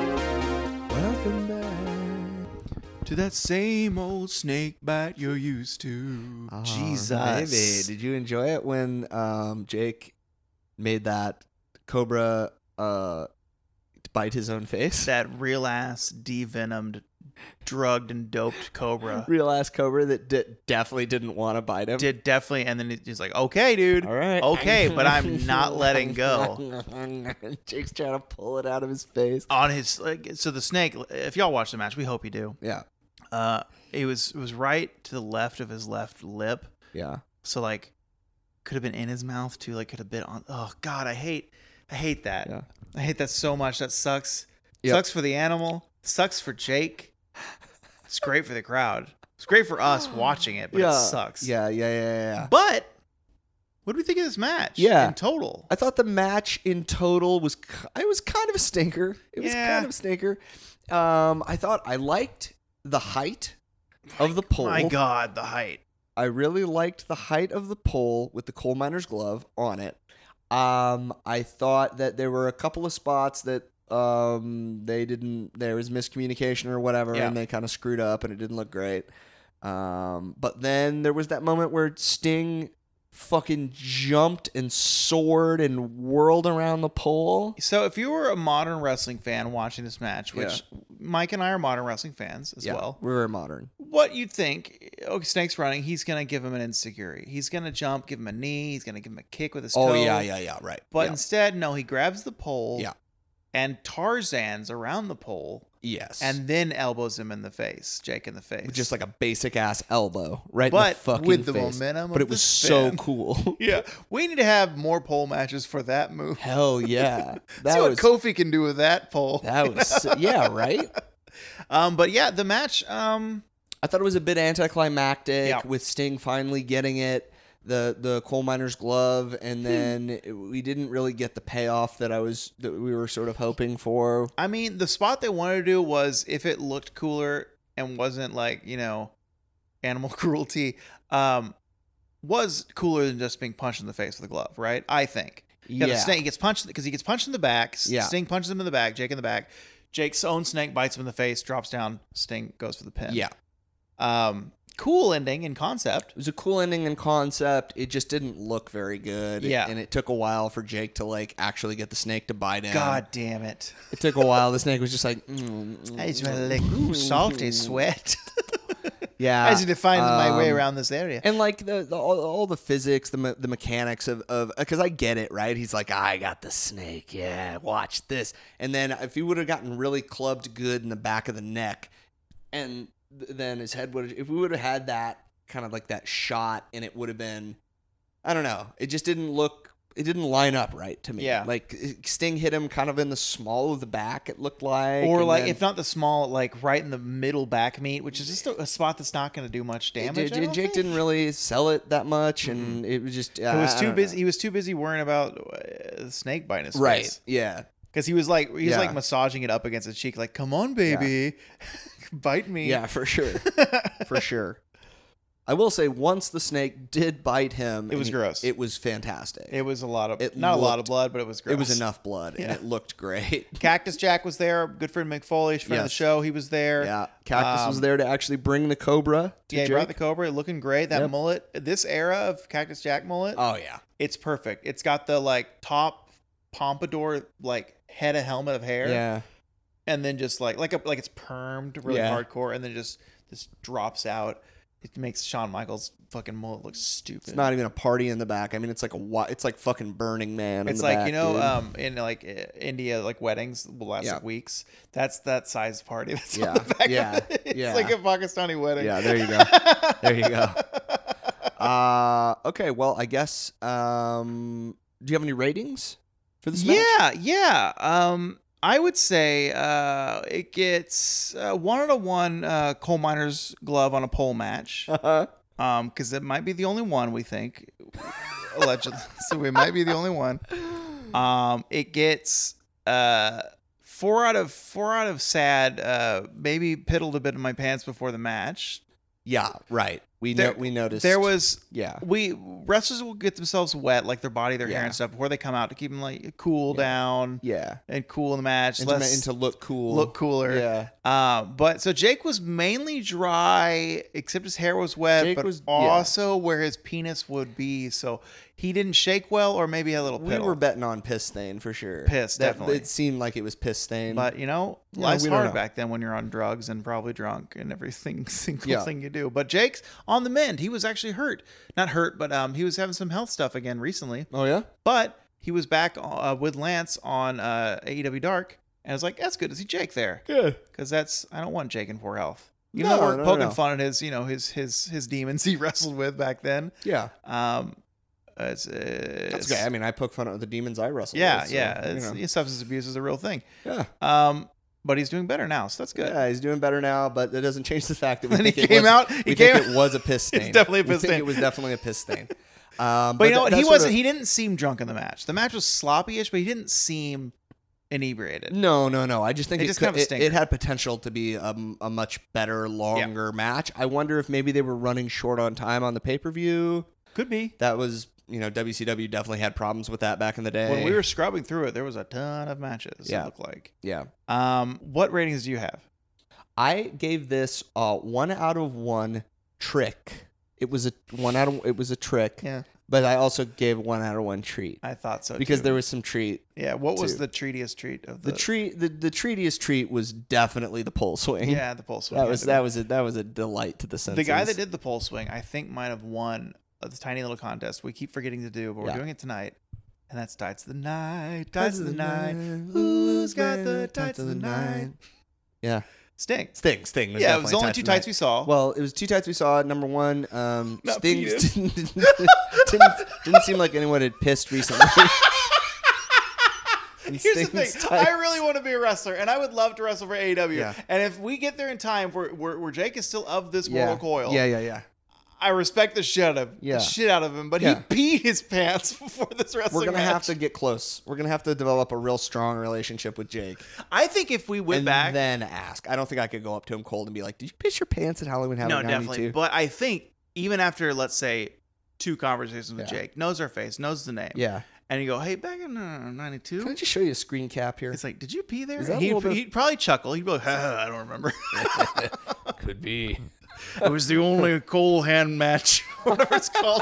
A: Welcome back.
B: To that same old snake bite you're used to.
A: Oh,
B: Jesus.
A: Baby, did you enjoy it when um, Jake made that cobra uh, bite his own face?
B: That real ass devenomed, drugged and doped cobra
A: Real ass cobra that d- definitely didn't want to bite him.
B: did definitely. And then he's like, "Okay, dude,
A: All right.
B: okay, but I'm not letting go."
A: Jake's trying to pull it out of his face.
B: On his like, so the snake. If y'all watch the match, we hope you do.
A: Yeah.
B: Uh, it was it was right to the left of his left lip.
A: Yeah.
B: So like, could have been in his mouth too. Like, could have been on. Oh God, I hate, I hate that.
A: Yeah.
B: I hate that so much. That sucks.
A: Yep.
B: Sucks for the animal. Sucks for Jake. It's great for the crowd. It's great for us watching it, but
A: yeah.
B: it sucks.
A: Yeah, yeah, yeah, yeah, yeah.
B: But what do we think of this match?
A: Yeah.
B: In total.
A: I thought the match in total was ki- it was kind of a stinker. It was
B: Yeah.
A: kind of a stinker. Um, I thought I liked the height of the pole.
B: My God, the height.
A: I really liked the height of the pole with the coal miner's glove on it. Um, I thought that there were a couple of spots that um, they didn't. There was miscommunication or whatever,
B: Yeah.
A: and they kind of screwed up, and it didn't look great. Um, but then there was that moment where Sting fucking jumped and soared and whirled around the pole.
B: So if you were a modern wrestling fan watching this match, which Mike and I are modern wrestling fans as
A: yeah,
B: well,
A: we were modern.
B: what you'd think, oh, Snake's running, he's going to give him an insecurity. He's going to jump, give him a knee, he's going to give him a kick with his toe.
A: Oh yeah, yeah, yeah. Right.
B: But
A: yeah.
B: instead, no, he grabs the pole.
A: Yeah.
B: and Tarzan's around the pole
A: Yes.
B: and then elbows him in the face, Jake in the face.
A: just like a basic ass elbow, right? in
B: but
A: the fucking
B: with the
A: face.
B: momentum.
A: But
B: of
A: it was
B: the
A: so
B: spin.
A: cool.
B: Yeah, we need to have more pole matches for that move.
A: Hell yeah. That
B: See what
A: was
B: Kofi can do with that pole.
A: that was si- yeah, right?
B: Um, but yeah, the match. Um,
A: I thought it was a bit anticlimactic
B: Yeah.
A: with Sting finally getting it, the the coal miner's glove,
B: Hmm.
A: and then it- we didn't really get the payoff that I was that we were sort of hoping for.
B: I mean, the spot they wanted to do was if it looked cooler and wasn't like you know, animal cruelty. Um, was cooler than just being punched in the face with a glove, right? I think. Yeah, the snake gets punched because he gets punched in the back. S-
A: Yeah.
B: Sting punches him in the back. Jake in the back. Jake's own snake bites him in the face, drops down. Sting goes for the pin.
A: Yeah.
B: Um, cool ending in concept.
A: It was a cool ending and concept. It just didn't look very good.
B: Yeah.
A: And it took a while for Jake to like actually get the snake to bite him.
B: God damn it!
A: It took a while. The snake was just like, mm, mm,
B: I just want to
A: mm,
B: lick ooh, salty sweat.
A: Yeah.
B: As you define my way
A: um,
B: around this area.
A: And like the, the all, all the physics, the me- the mechanics of of because I get it, right? He's like, I got the snake, yeah, watch this. And then if he would have gotten really clubbed good in the back of the neck, and th- then his head would, if we would have had that kind of like that shot, and it would have been, I don't know, it just didn't look. It didn't line up right to me.
B: Yeah.
A: like eh, Sting hit him kind of in the small of the back. It looked like,
B: or
A: and
B: like,
A: then-
B: if not the small, like right in the middle back meat, which is just a, a spot that's not going to do much
A: J-
B: damage.
A: J-
B: I don't
A: Jake
B: think.
A: didn't really sell it that much, and it was just
B: He was too busy. He was too busy worrying about uh, the snake biting his
A: Right.
B: face.
A: Yeah.
B: Because he was like, he was
A: Yeah.
B: like massaging it up against his cheek, like, "Come on, baby, bite me."
A: Yeah, for sure. for sure. I will say once the snake did bite him, and
B: was
A: he-
B: gross.
A: It was fantastic.
B: It was a lot of
A: It
B: not a lot of
A: looked-
B: blood, but it was gross.
A: It was enough blood and
B: Yeah.
A: it looked great.
B: Cactus Jack was there. Good friend McFoley, friend of the
A: Yes.
B: show. He was there.
A: Yeah. Cactus was
B: Um,
A: there to actually bring the cobra to
B: Yeah, he brought the
A: Jake.
B: Cobra, looking great. That
A: Yep.
B: mullet, this era of Cactus Jack mullet,
A: Oh yeah.
B: it's perfect. It's got the like top pompadour, like head a helmet of hair,
A: Yeah.
B: and then just like like a, like it's permed really
A: Yeah.
B: hardcore, and then just this drops out. It makes Shawn Michaels' fucking mullet look stupid.
A: It's not even a party in the back. I mean, it's like a wa- it's like fucking Burning Man. in
B: It's
A: the
B: like
A: back,
B: you know,
A: dude.
B: um, in like I- India, like weddings will last
A: Yeah.
B: like weeks. That's that size party. That's
A: Yeah.
B: on the back
A: Yeah.
B: Of it. It's
A: Yeah.
B: like a Pakistani wedding.
A: Yeah. There you go. there you go. Uh, okay. Well, I guess. Um, do you have any ratings for this? match?
B: Yeah, yeah. Um, I would say uh, it gets uh, one out of one uh, coal miner's glove on a pole match
A: Uh-huh.
B: because it might be the only one we think, allegedly. so it might be the only one. Um, it gets uh, four out of four out of sad. Uh, maybe piddled a bit in my pants before the match.
A: Yeah. Right. We
B: There-
A: know. We noticed.
B: There was
A: Yeah.
B: we wrestlers will get themselves wet, like their body, their hair,
A: Yeah.
B: and stuff before they come out to keep them like cool
A: Yeah.
B: down
A: Yeah.
B: and cool in the match.
A: And to, ma-
B: less-
A: and to look cool.
B: look cooler.
A: Yeah.
B: Uh, but so Jake was mainly dry, except his hair was wet,
A: Jake
B: but
A: was- yeah.
B: also where his penis would be. So he didn't shake well, or maybe a little
A: We
B: piddle.
A: were betting on piss stain for sure.
B: Piss,
A: That-
B: definitely.
A: It seemed like it was piss stain.
B: but you know,
A: Yeah,
B: life's
A: we don't
B: hard
A: know.
B: back then when you're on drugs and probably drunk and everything single
A: Yeah.
B: thing you do. But Jake's on the mend. He was actually hurt, not hurt, but um, he was having some health stuff again recently.
A: oh yeah.
B: But he was back uh, with Lance on uh, AEW Dark, and I was like, that's good to see Jake there.
A: Good.
B: because that's I don't want Jake in poor health. You
A: No,
B: know, we're
A: no,
B: poking
A: no.
B: fun at his, you know, his his his demons he wrestled with back then.
A: Yeah.
B: Um, it's, it's-
A: That's okay. I mean, I poke fun at the demons I wrestle.
B: Yeah,
A: with, so,
B: yeah,
A: you
B: it's, uh,
A: know.
B: yeah, substance abuse is a real thing.
A: yeah.
B: Um, but he's doing better now, so that's good.
A: Yeah. He's doing better now, but that doesn't change the fact that we
B: Then he
A: think it
B: came
A: was,
B: out.
A: We
B: He came.
A: think it was a piss stain.
B: definitely a
A: We
B: piss
A: think
B: stain.
A: It was definitely a piss stain. Um,
B: but you know what?
A: that-
B: He
A: that's sort
B: wasn't.
A: of-
B: He didn't seem drunk in the match. The match was sloppy-ish, but he didn't seem inebriated.
A: No, no, no. I just think
B: It
A: it,
B: just
A: could-
B: kind of a
A: it,
B: stinker.
A: it had potential to be a, a much better, longer match. I wonder if maybe they were running short on time on the pay per view.
B: Could be.
A: That was, you know, WCW definitely had problems with that back in the day.
B: When we were scrubbing through it, there was a ton of matches.
A: Yeah.
B: It looked like.
A: yeah.
B: Um, what ratings do you have?
A: I gave this uh, one out of one trick. It was a one out of it was a trick,
B: Yeah,
A: but I also gave one out of one treat
B: I thought so.
A: because
B: too.
A: there was some treat.
B: Yeah, what was
A: Two.
B: the treatiest treat of
A: The treat, the the treatiest treat was definitely the pole swing.
B: Yeah, the pole swing.
A: that
B: had
A: was
B: to be-
A: that was a that was a delight to the senses.
B: the guy that did the pole swing. I think might have won the tiny little contest we keep forgetting to do, but we're
A: Yeah.
B: doing it tonight. And that's Tides of the Night. Tides of the Night. Who's got the tights of the night?
A: Yeah,
B: Sting.
A: Sting. Sting.
B: yeah, it was
A: definitely
B: only two tights
A: of
B: we saw.
A: the night. Well, it was two tights we saw. Number one, um,
B: Not
A: Sting
B: penis.
A: didn't, didn't didn't seem like anyone had pissed recently. And
B: Here's the thing.
A: Sting's
B: I
A: tights-
B: really want to be a wrestler, and I would love to wrestle for AEW.
A: Yeah.
B: And if we get there in time, where where, where Jake is still of this
A: yeah.
B: moral coil,
A: Yeah, yeah, yeah.
B: I respect the shit out of
A: Yeah.
B: the shit out of him. But
A: Yeah.
B: he peed his pants before this wrestling
A: We're gonna
B: match.
A: have to get close. We're gonna have to develop a real strong relationship with Jake,
B: I think if we went
A: and
B: back,
A: then ask. I don't think I could go up to him cold and be like, "Did you piss your pants at Halloween
B: no,
A: Halloween
B: definitely.
A: 92?"
B: But I think even after let's say two conversations with
A: Yeah.
B: Jake, knows our face, knows the name,
A: yeah.
B: and you go, hey, back in
A: Can I
B: '92.
A: just show you a screen cap here?
B: It's like, did you pee there?
A: Is that a
B: He'd,
A: little bit-
B: he'd probably chuckle. He'd be like, "Huh, I don't remember.
E: Could be.
B: It was the only Cole hand match, whatever it's called.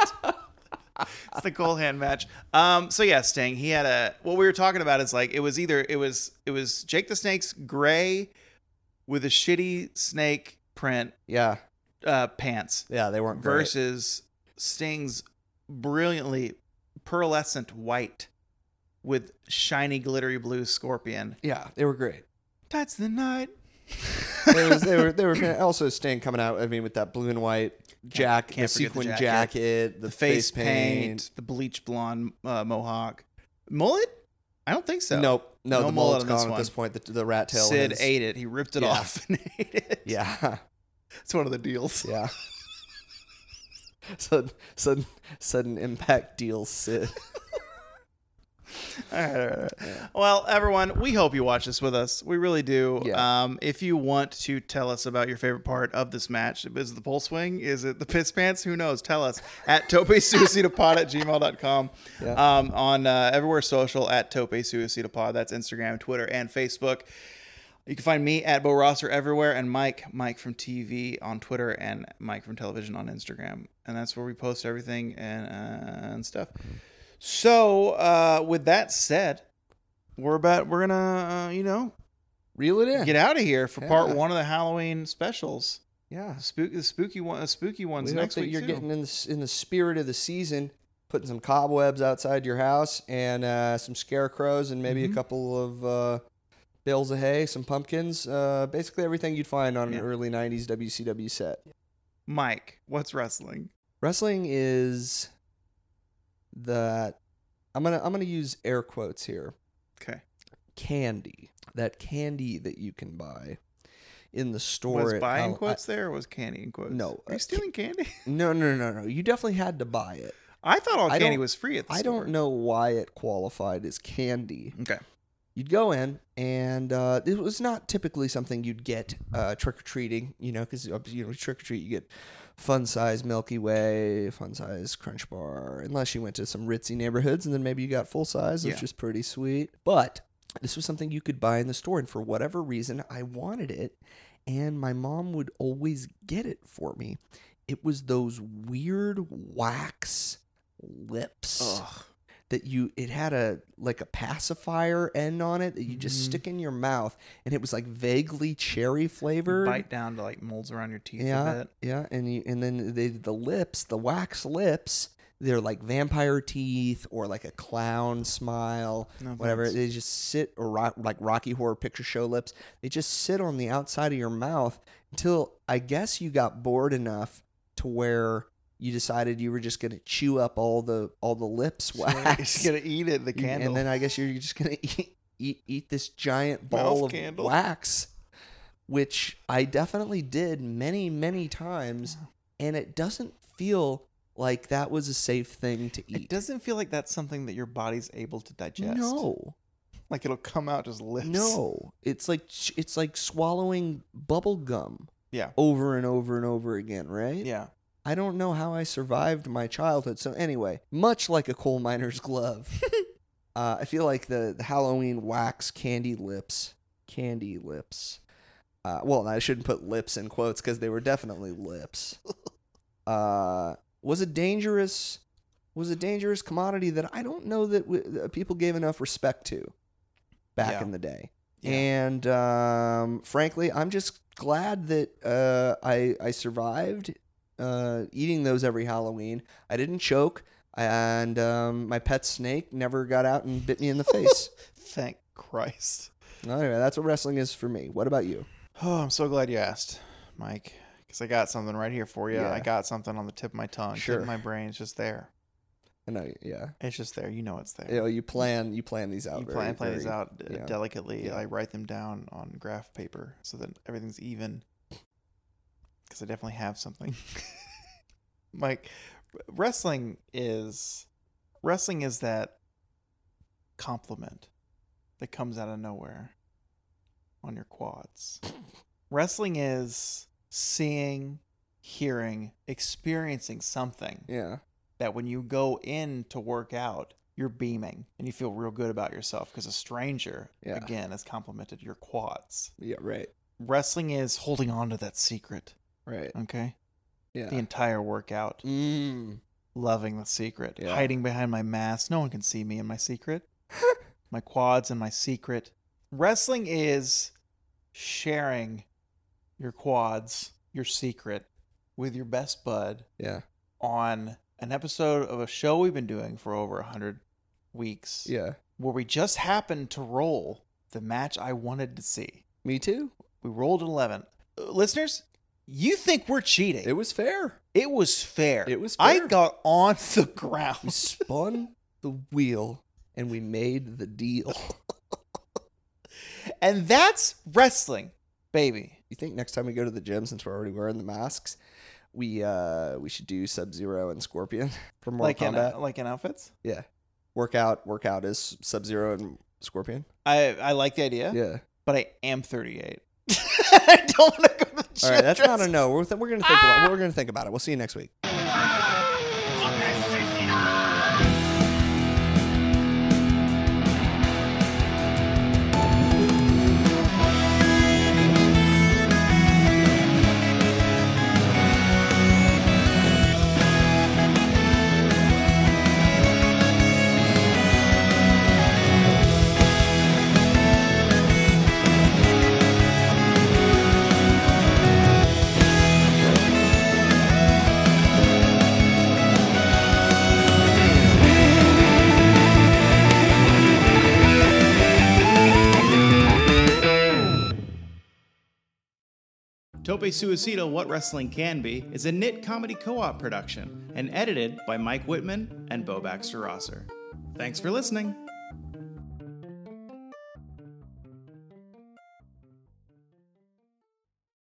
B: it's the Cole hand match. Um, so yeah, Sting. He had a what we were talking about is like it was either it was it was Jake the Snake's gray with a shitty snake print
A: Yeah,
B: uh, pants
A: yeah, they weren't great.
B: versus Sting's brilliantly pearlescent white with shiny glittery blue scorpion.
A: Yeah, they were great.
B: That's the night.
A: They, was, they were they were fan- also Sting coming out. I mean, with that blue and white jack,
B: can't
A: the
B: forget the
A: sequin
B: jacket.
A: jacket, the,
B: the face, paint, the bleach blonde uh, mohawk, mullet. I don't think so.
A: Nope, no,
B: No
A: the
B: mullet
A: mullet's
B: on this
A: gone at this point. The, the rat tail.
B: Sid
A: is-
B: ate it. He ripped it
A: Yeah.
B: off and ate it.
A: Yeah,
B: it's one of the deals.
A: yeah. sudden, sudden, sudden impact deals Sid.
B: All right, all right, all right. Well, everyone, we hope you watch this with us. We really do.
A: Yeah.
B: Um, if you want to tell us about your favorite part of this match, is it the pole swing? Is it the piss pants? Who knows? Tell us at topesuicidapod at gmail.com.
A: Yeah.
B: Um, on uh, everywhere social at topesuicidapod. That's Instagram, Twitter, and Facebook. You can find me at Bo Rosser everywhere and Mike, Mike from TV on Twitter and Mike from television on Instagram. And that's where we post everything and, uh, and stuff. So, uh, with that said, we're about we're gonna uh, you know
A: Reel it in.
B: get out of here for part
A: Yeah.
B: one of the Halloween specials.
A: Yeah.
B: Spook the spooky one, the spooky ones
A: We hope
B: next
A: that
B: week.
A: you're
B: too.
A: getting in the, s- in the spirit of the season, putting some cobwebs outside your house and uh, some scarecrows and maybe
B: Mhm.
A: a couple of uh, bales of hay, some pumpkins, uh, basically everything you'd find on
B: Yeah.
A: an early 90s WCW set.
B: Mike. What's wrestling?
A: Wrestling is that I'm going to I'm going to use air quotes here.
B: Okay,
A: Candy. That candy that you can buy in the store
B: was
A: at
B: buy in
A: Hall- Oh, I-
B: quotes there or was candy in quotes?
A: No,
B: are
A: uh,
B: you stealing candy?
A: no, no, no, no. You definitely had to buy it.
B: I thought all
A: I
B: candy
A: don't-
B: was free at the
A: I
B: store.
A: don't know why it qualified as candy.
B: Okay,
A: You'd go in, and uh, it was not typically something you'd get uh, trick or treating, you know, because you know trick or treat you get fun size Milky Way, fun size Crunch Bar, unless you went to some ritzy neighborhoods, and then maybe you got full size, which
B: Yeah.
A: is pretty sweet. But this was something you could buy in the store, and for whatever reason, I wanted it, and my mom would always get it for me. It was those weird wax lips
B: Ugh.
A: that you it had a like a pacifier end on it that you just
B: Mhm.
A: stick in your mouth and it was like vaguely cherry flavored
B: bite down to like molds around your teeth a
A: yeah
B: bit.
A: yeah and you and then they, the lips the wax lips they're like vampire teeth or like a clown smile
B: No,
A: whatever
B: thanks.
A: they just sit or rock, like rocky horror picture show lips they just sit on the outside of your mouth until i guess you got bored enough to where you decided you were just going to chew up all the all the lips
B: So you're
A: wax
B: just gonna eat it. The
A: you-
B: candle.
A: And then I guess you're just gonna eat eat, eat this giant ball
B: Mouth
A: of
B: candle.
A: wax, which I definitely did many many times, and it doesn't feel like that was a safe thing to
B: it
A: eat.
B: doesn't feel like that's something that your body's able to digest.
A: no,
B: like it'll come out just lips.
A: no, it's like ch- it's like swallowing bubble gum.
B: Yeah.
A: over and over and over again, right?
B: Yeah.
A: I don't know how I survived my childhood. So anyway, much like a coal miner's glove, uh, I feel like the, the Halloween wax candy lips, candy lips. Uh, well, I shouldn't put lips in quotes because they were definitely lips. Uh, was a dangerous, was a dangerous commodity that I don't know that, w- that people gave enough respect to back
B: Yeah.
A: in the day.
B: Yeah.
A: And um, frankly, I'm just glad that uh, I I survived uh, eating those every Halloween. I didn't choke. and um, my pet snake never got out and bit me in the face.
B: Thank Christ.
A: anyway, that's what wrestling is for me. What about you?
B: Oh, I'm so glad you asked, Mike, because I got something right here for you.
A: Yeah.
B: I got something on the tip of my tongue. Tip
A: Sure.
B: of my brain. It's just there.
A: I know, yeah.
B: It's just there. You know it's there.
A: You know, you plan you plan these out.
B: you
A: very,
B: plan, plan these
A: very-
B: out d-
A: yeah.
B: delicately.
A: Yeah.
B: I write them down on graph paper so that everything's even. Because I definitely have something. Mike, r- wrestling is wrestling is that compliment that comes out of nowhere on your quads. wrestling is seeing, hearing, experiencing something
A: Yeah.
B: that when you go in to work out, you're beaming and you feel real good about yourself because a stranger,
A: Yeah.
B: again, has complimented your quads.
A: Yeah. Right.
B: Wrestling is holding on to that secret,
A: Right.
B: okay?
A: Yeah.
B: The entire workout,
A: Mm.
B: loving the secret,
A: Yeah.
B: hiding behind my mask. No one can see me in my secret, my quads and my secret. Wrestling is sharing your quads, your secret, with your best bud
A: Yeah.
B: on an episode of a show we've been doing for over 100 weeks
A: Yeah.
B: where we just happened to roll the match I wanted to see.
A: Me too.
B: We rolled an 11. Uh, Listeners, you think we're cheating.
A: It was fair.
B: It was fair.
A: It was
B: I
A: fair.
B: got on the
A: We
B: ground.
A: spun the wheel and we made the deal.
B: And that's wrestling, baby.
A: You think next time we go to the gym, since we're already wearing the masks, we uh we should do Sub Zero and Scorpion for Mortal
B: like in
A: Kombat?
B: uh, like in outfits.
A: yeah. Workout. Workout is Sub Zero and Scorpion.
B: I I like the idea,
A: Yeah.
B: but I am 38. I don't want to go to the gym.
A: All right. That's not a
B: dressed-
A: no. We're, th- we're gonna think. About, we're gonna think about it. We'll see you next week.
F: Tope Suicido What Wrestling Can Be is a knit comedy co op production and edited by Mike Whitman and Bo Baxter Rosser. Thanks for listening.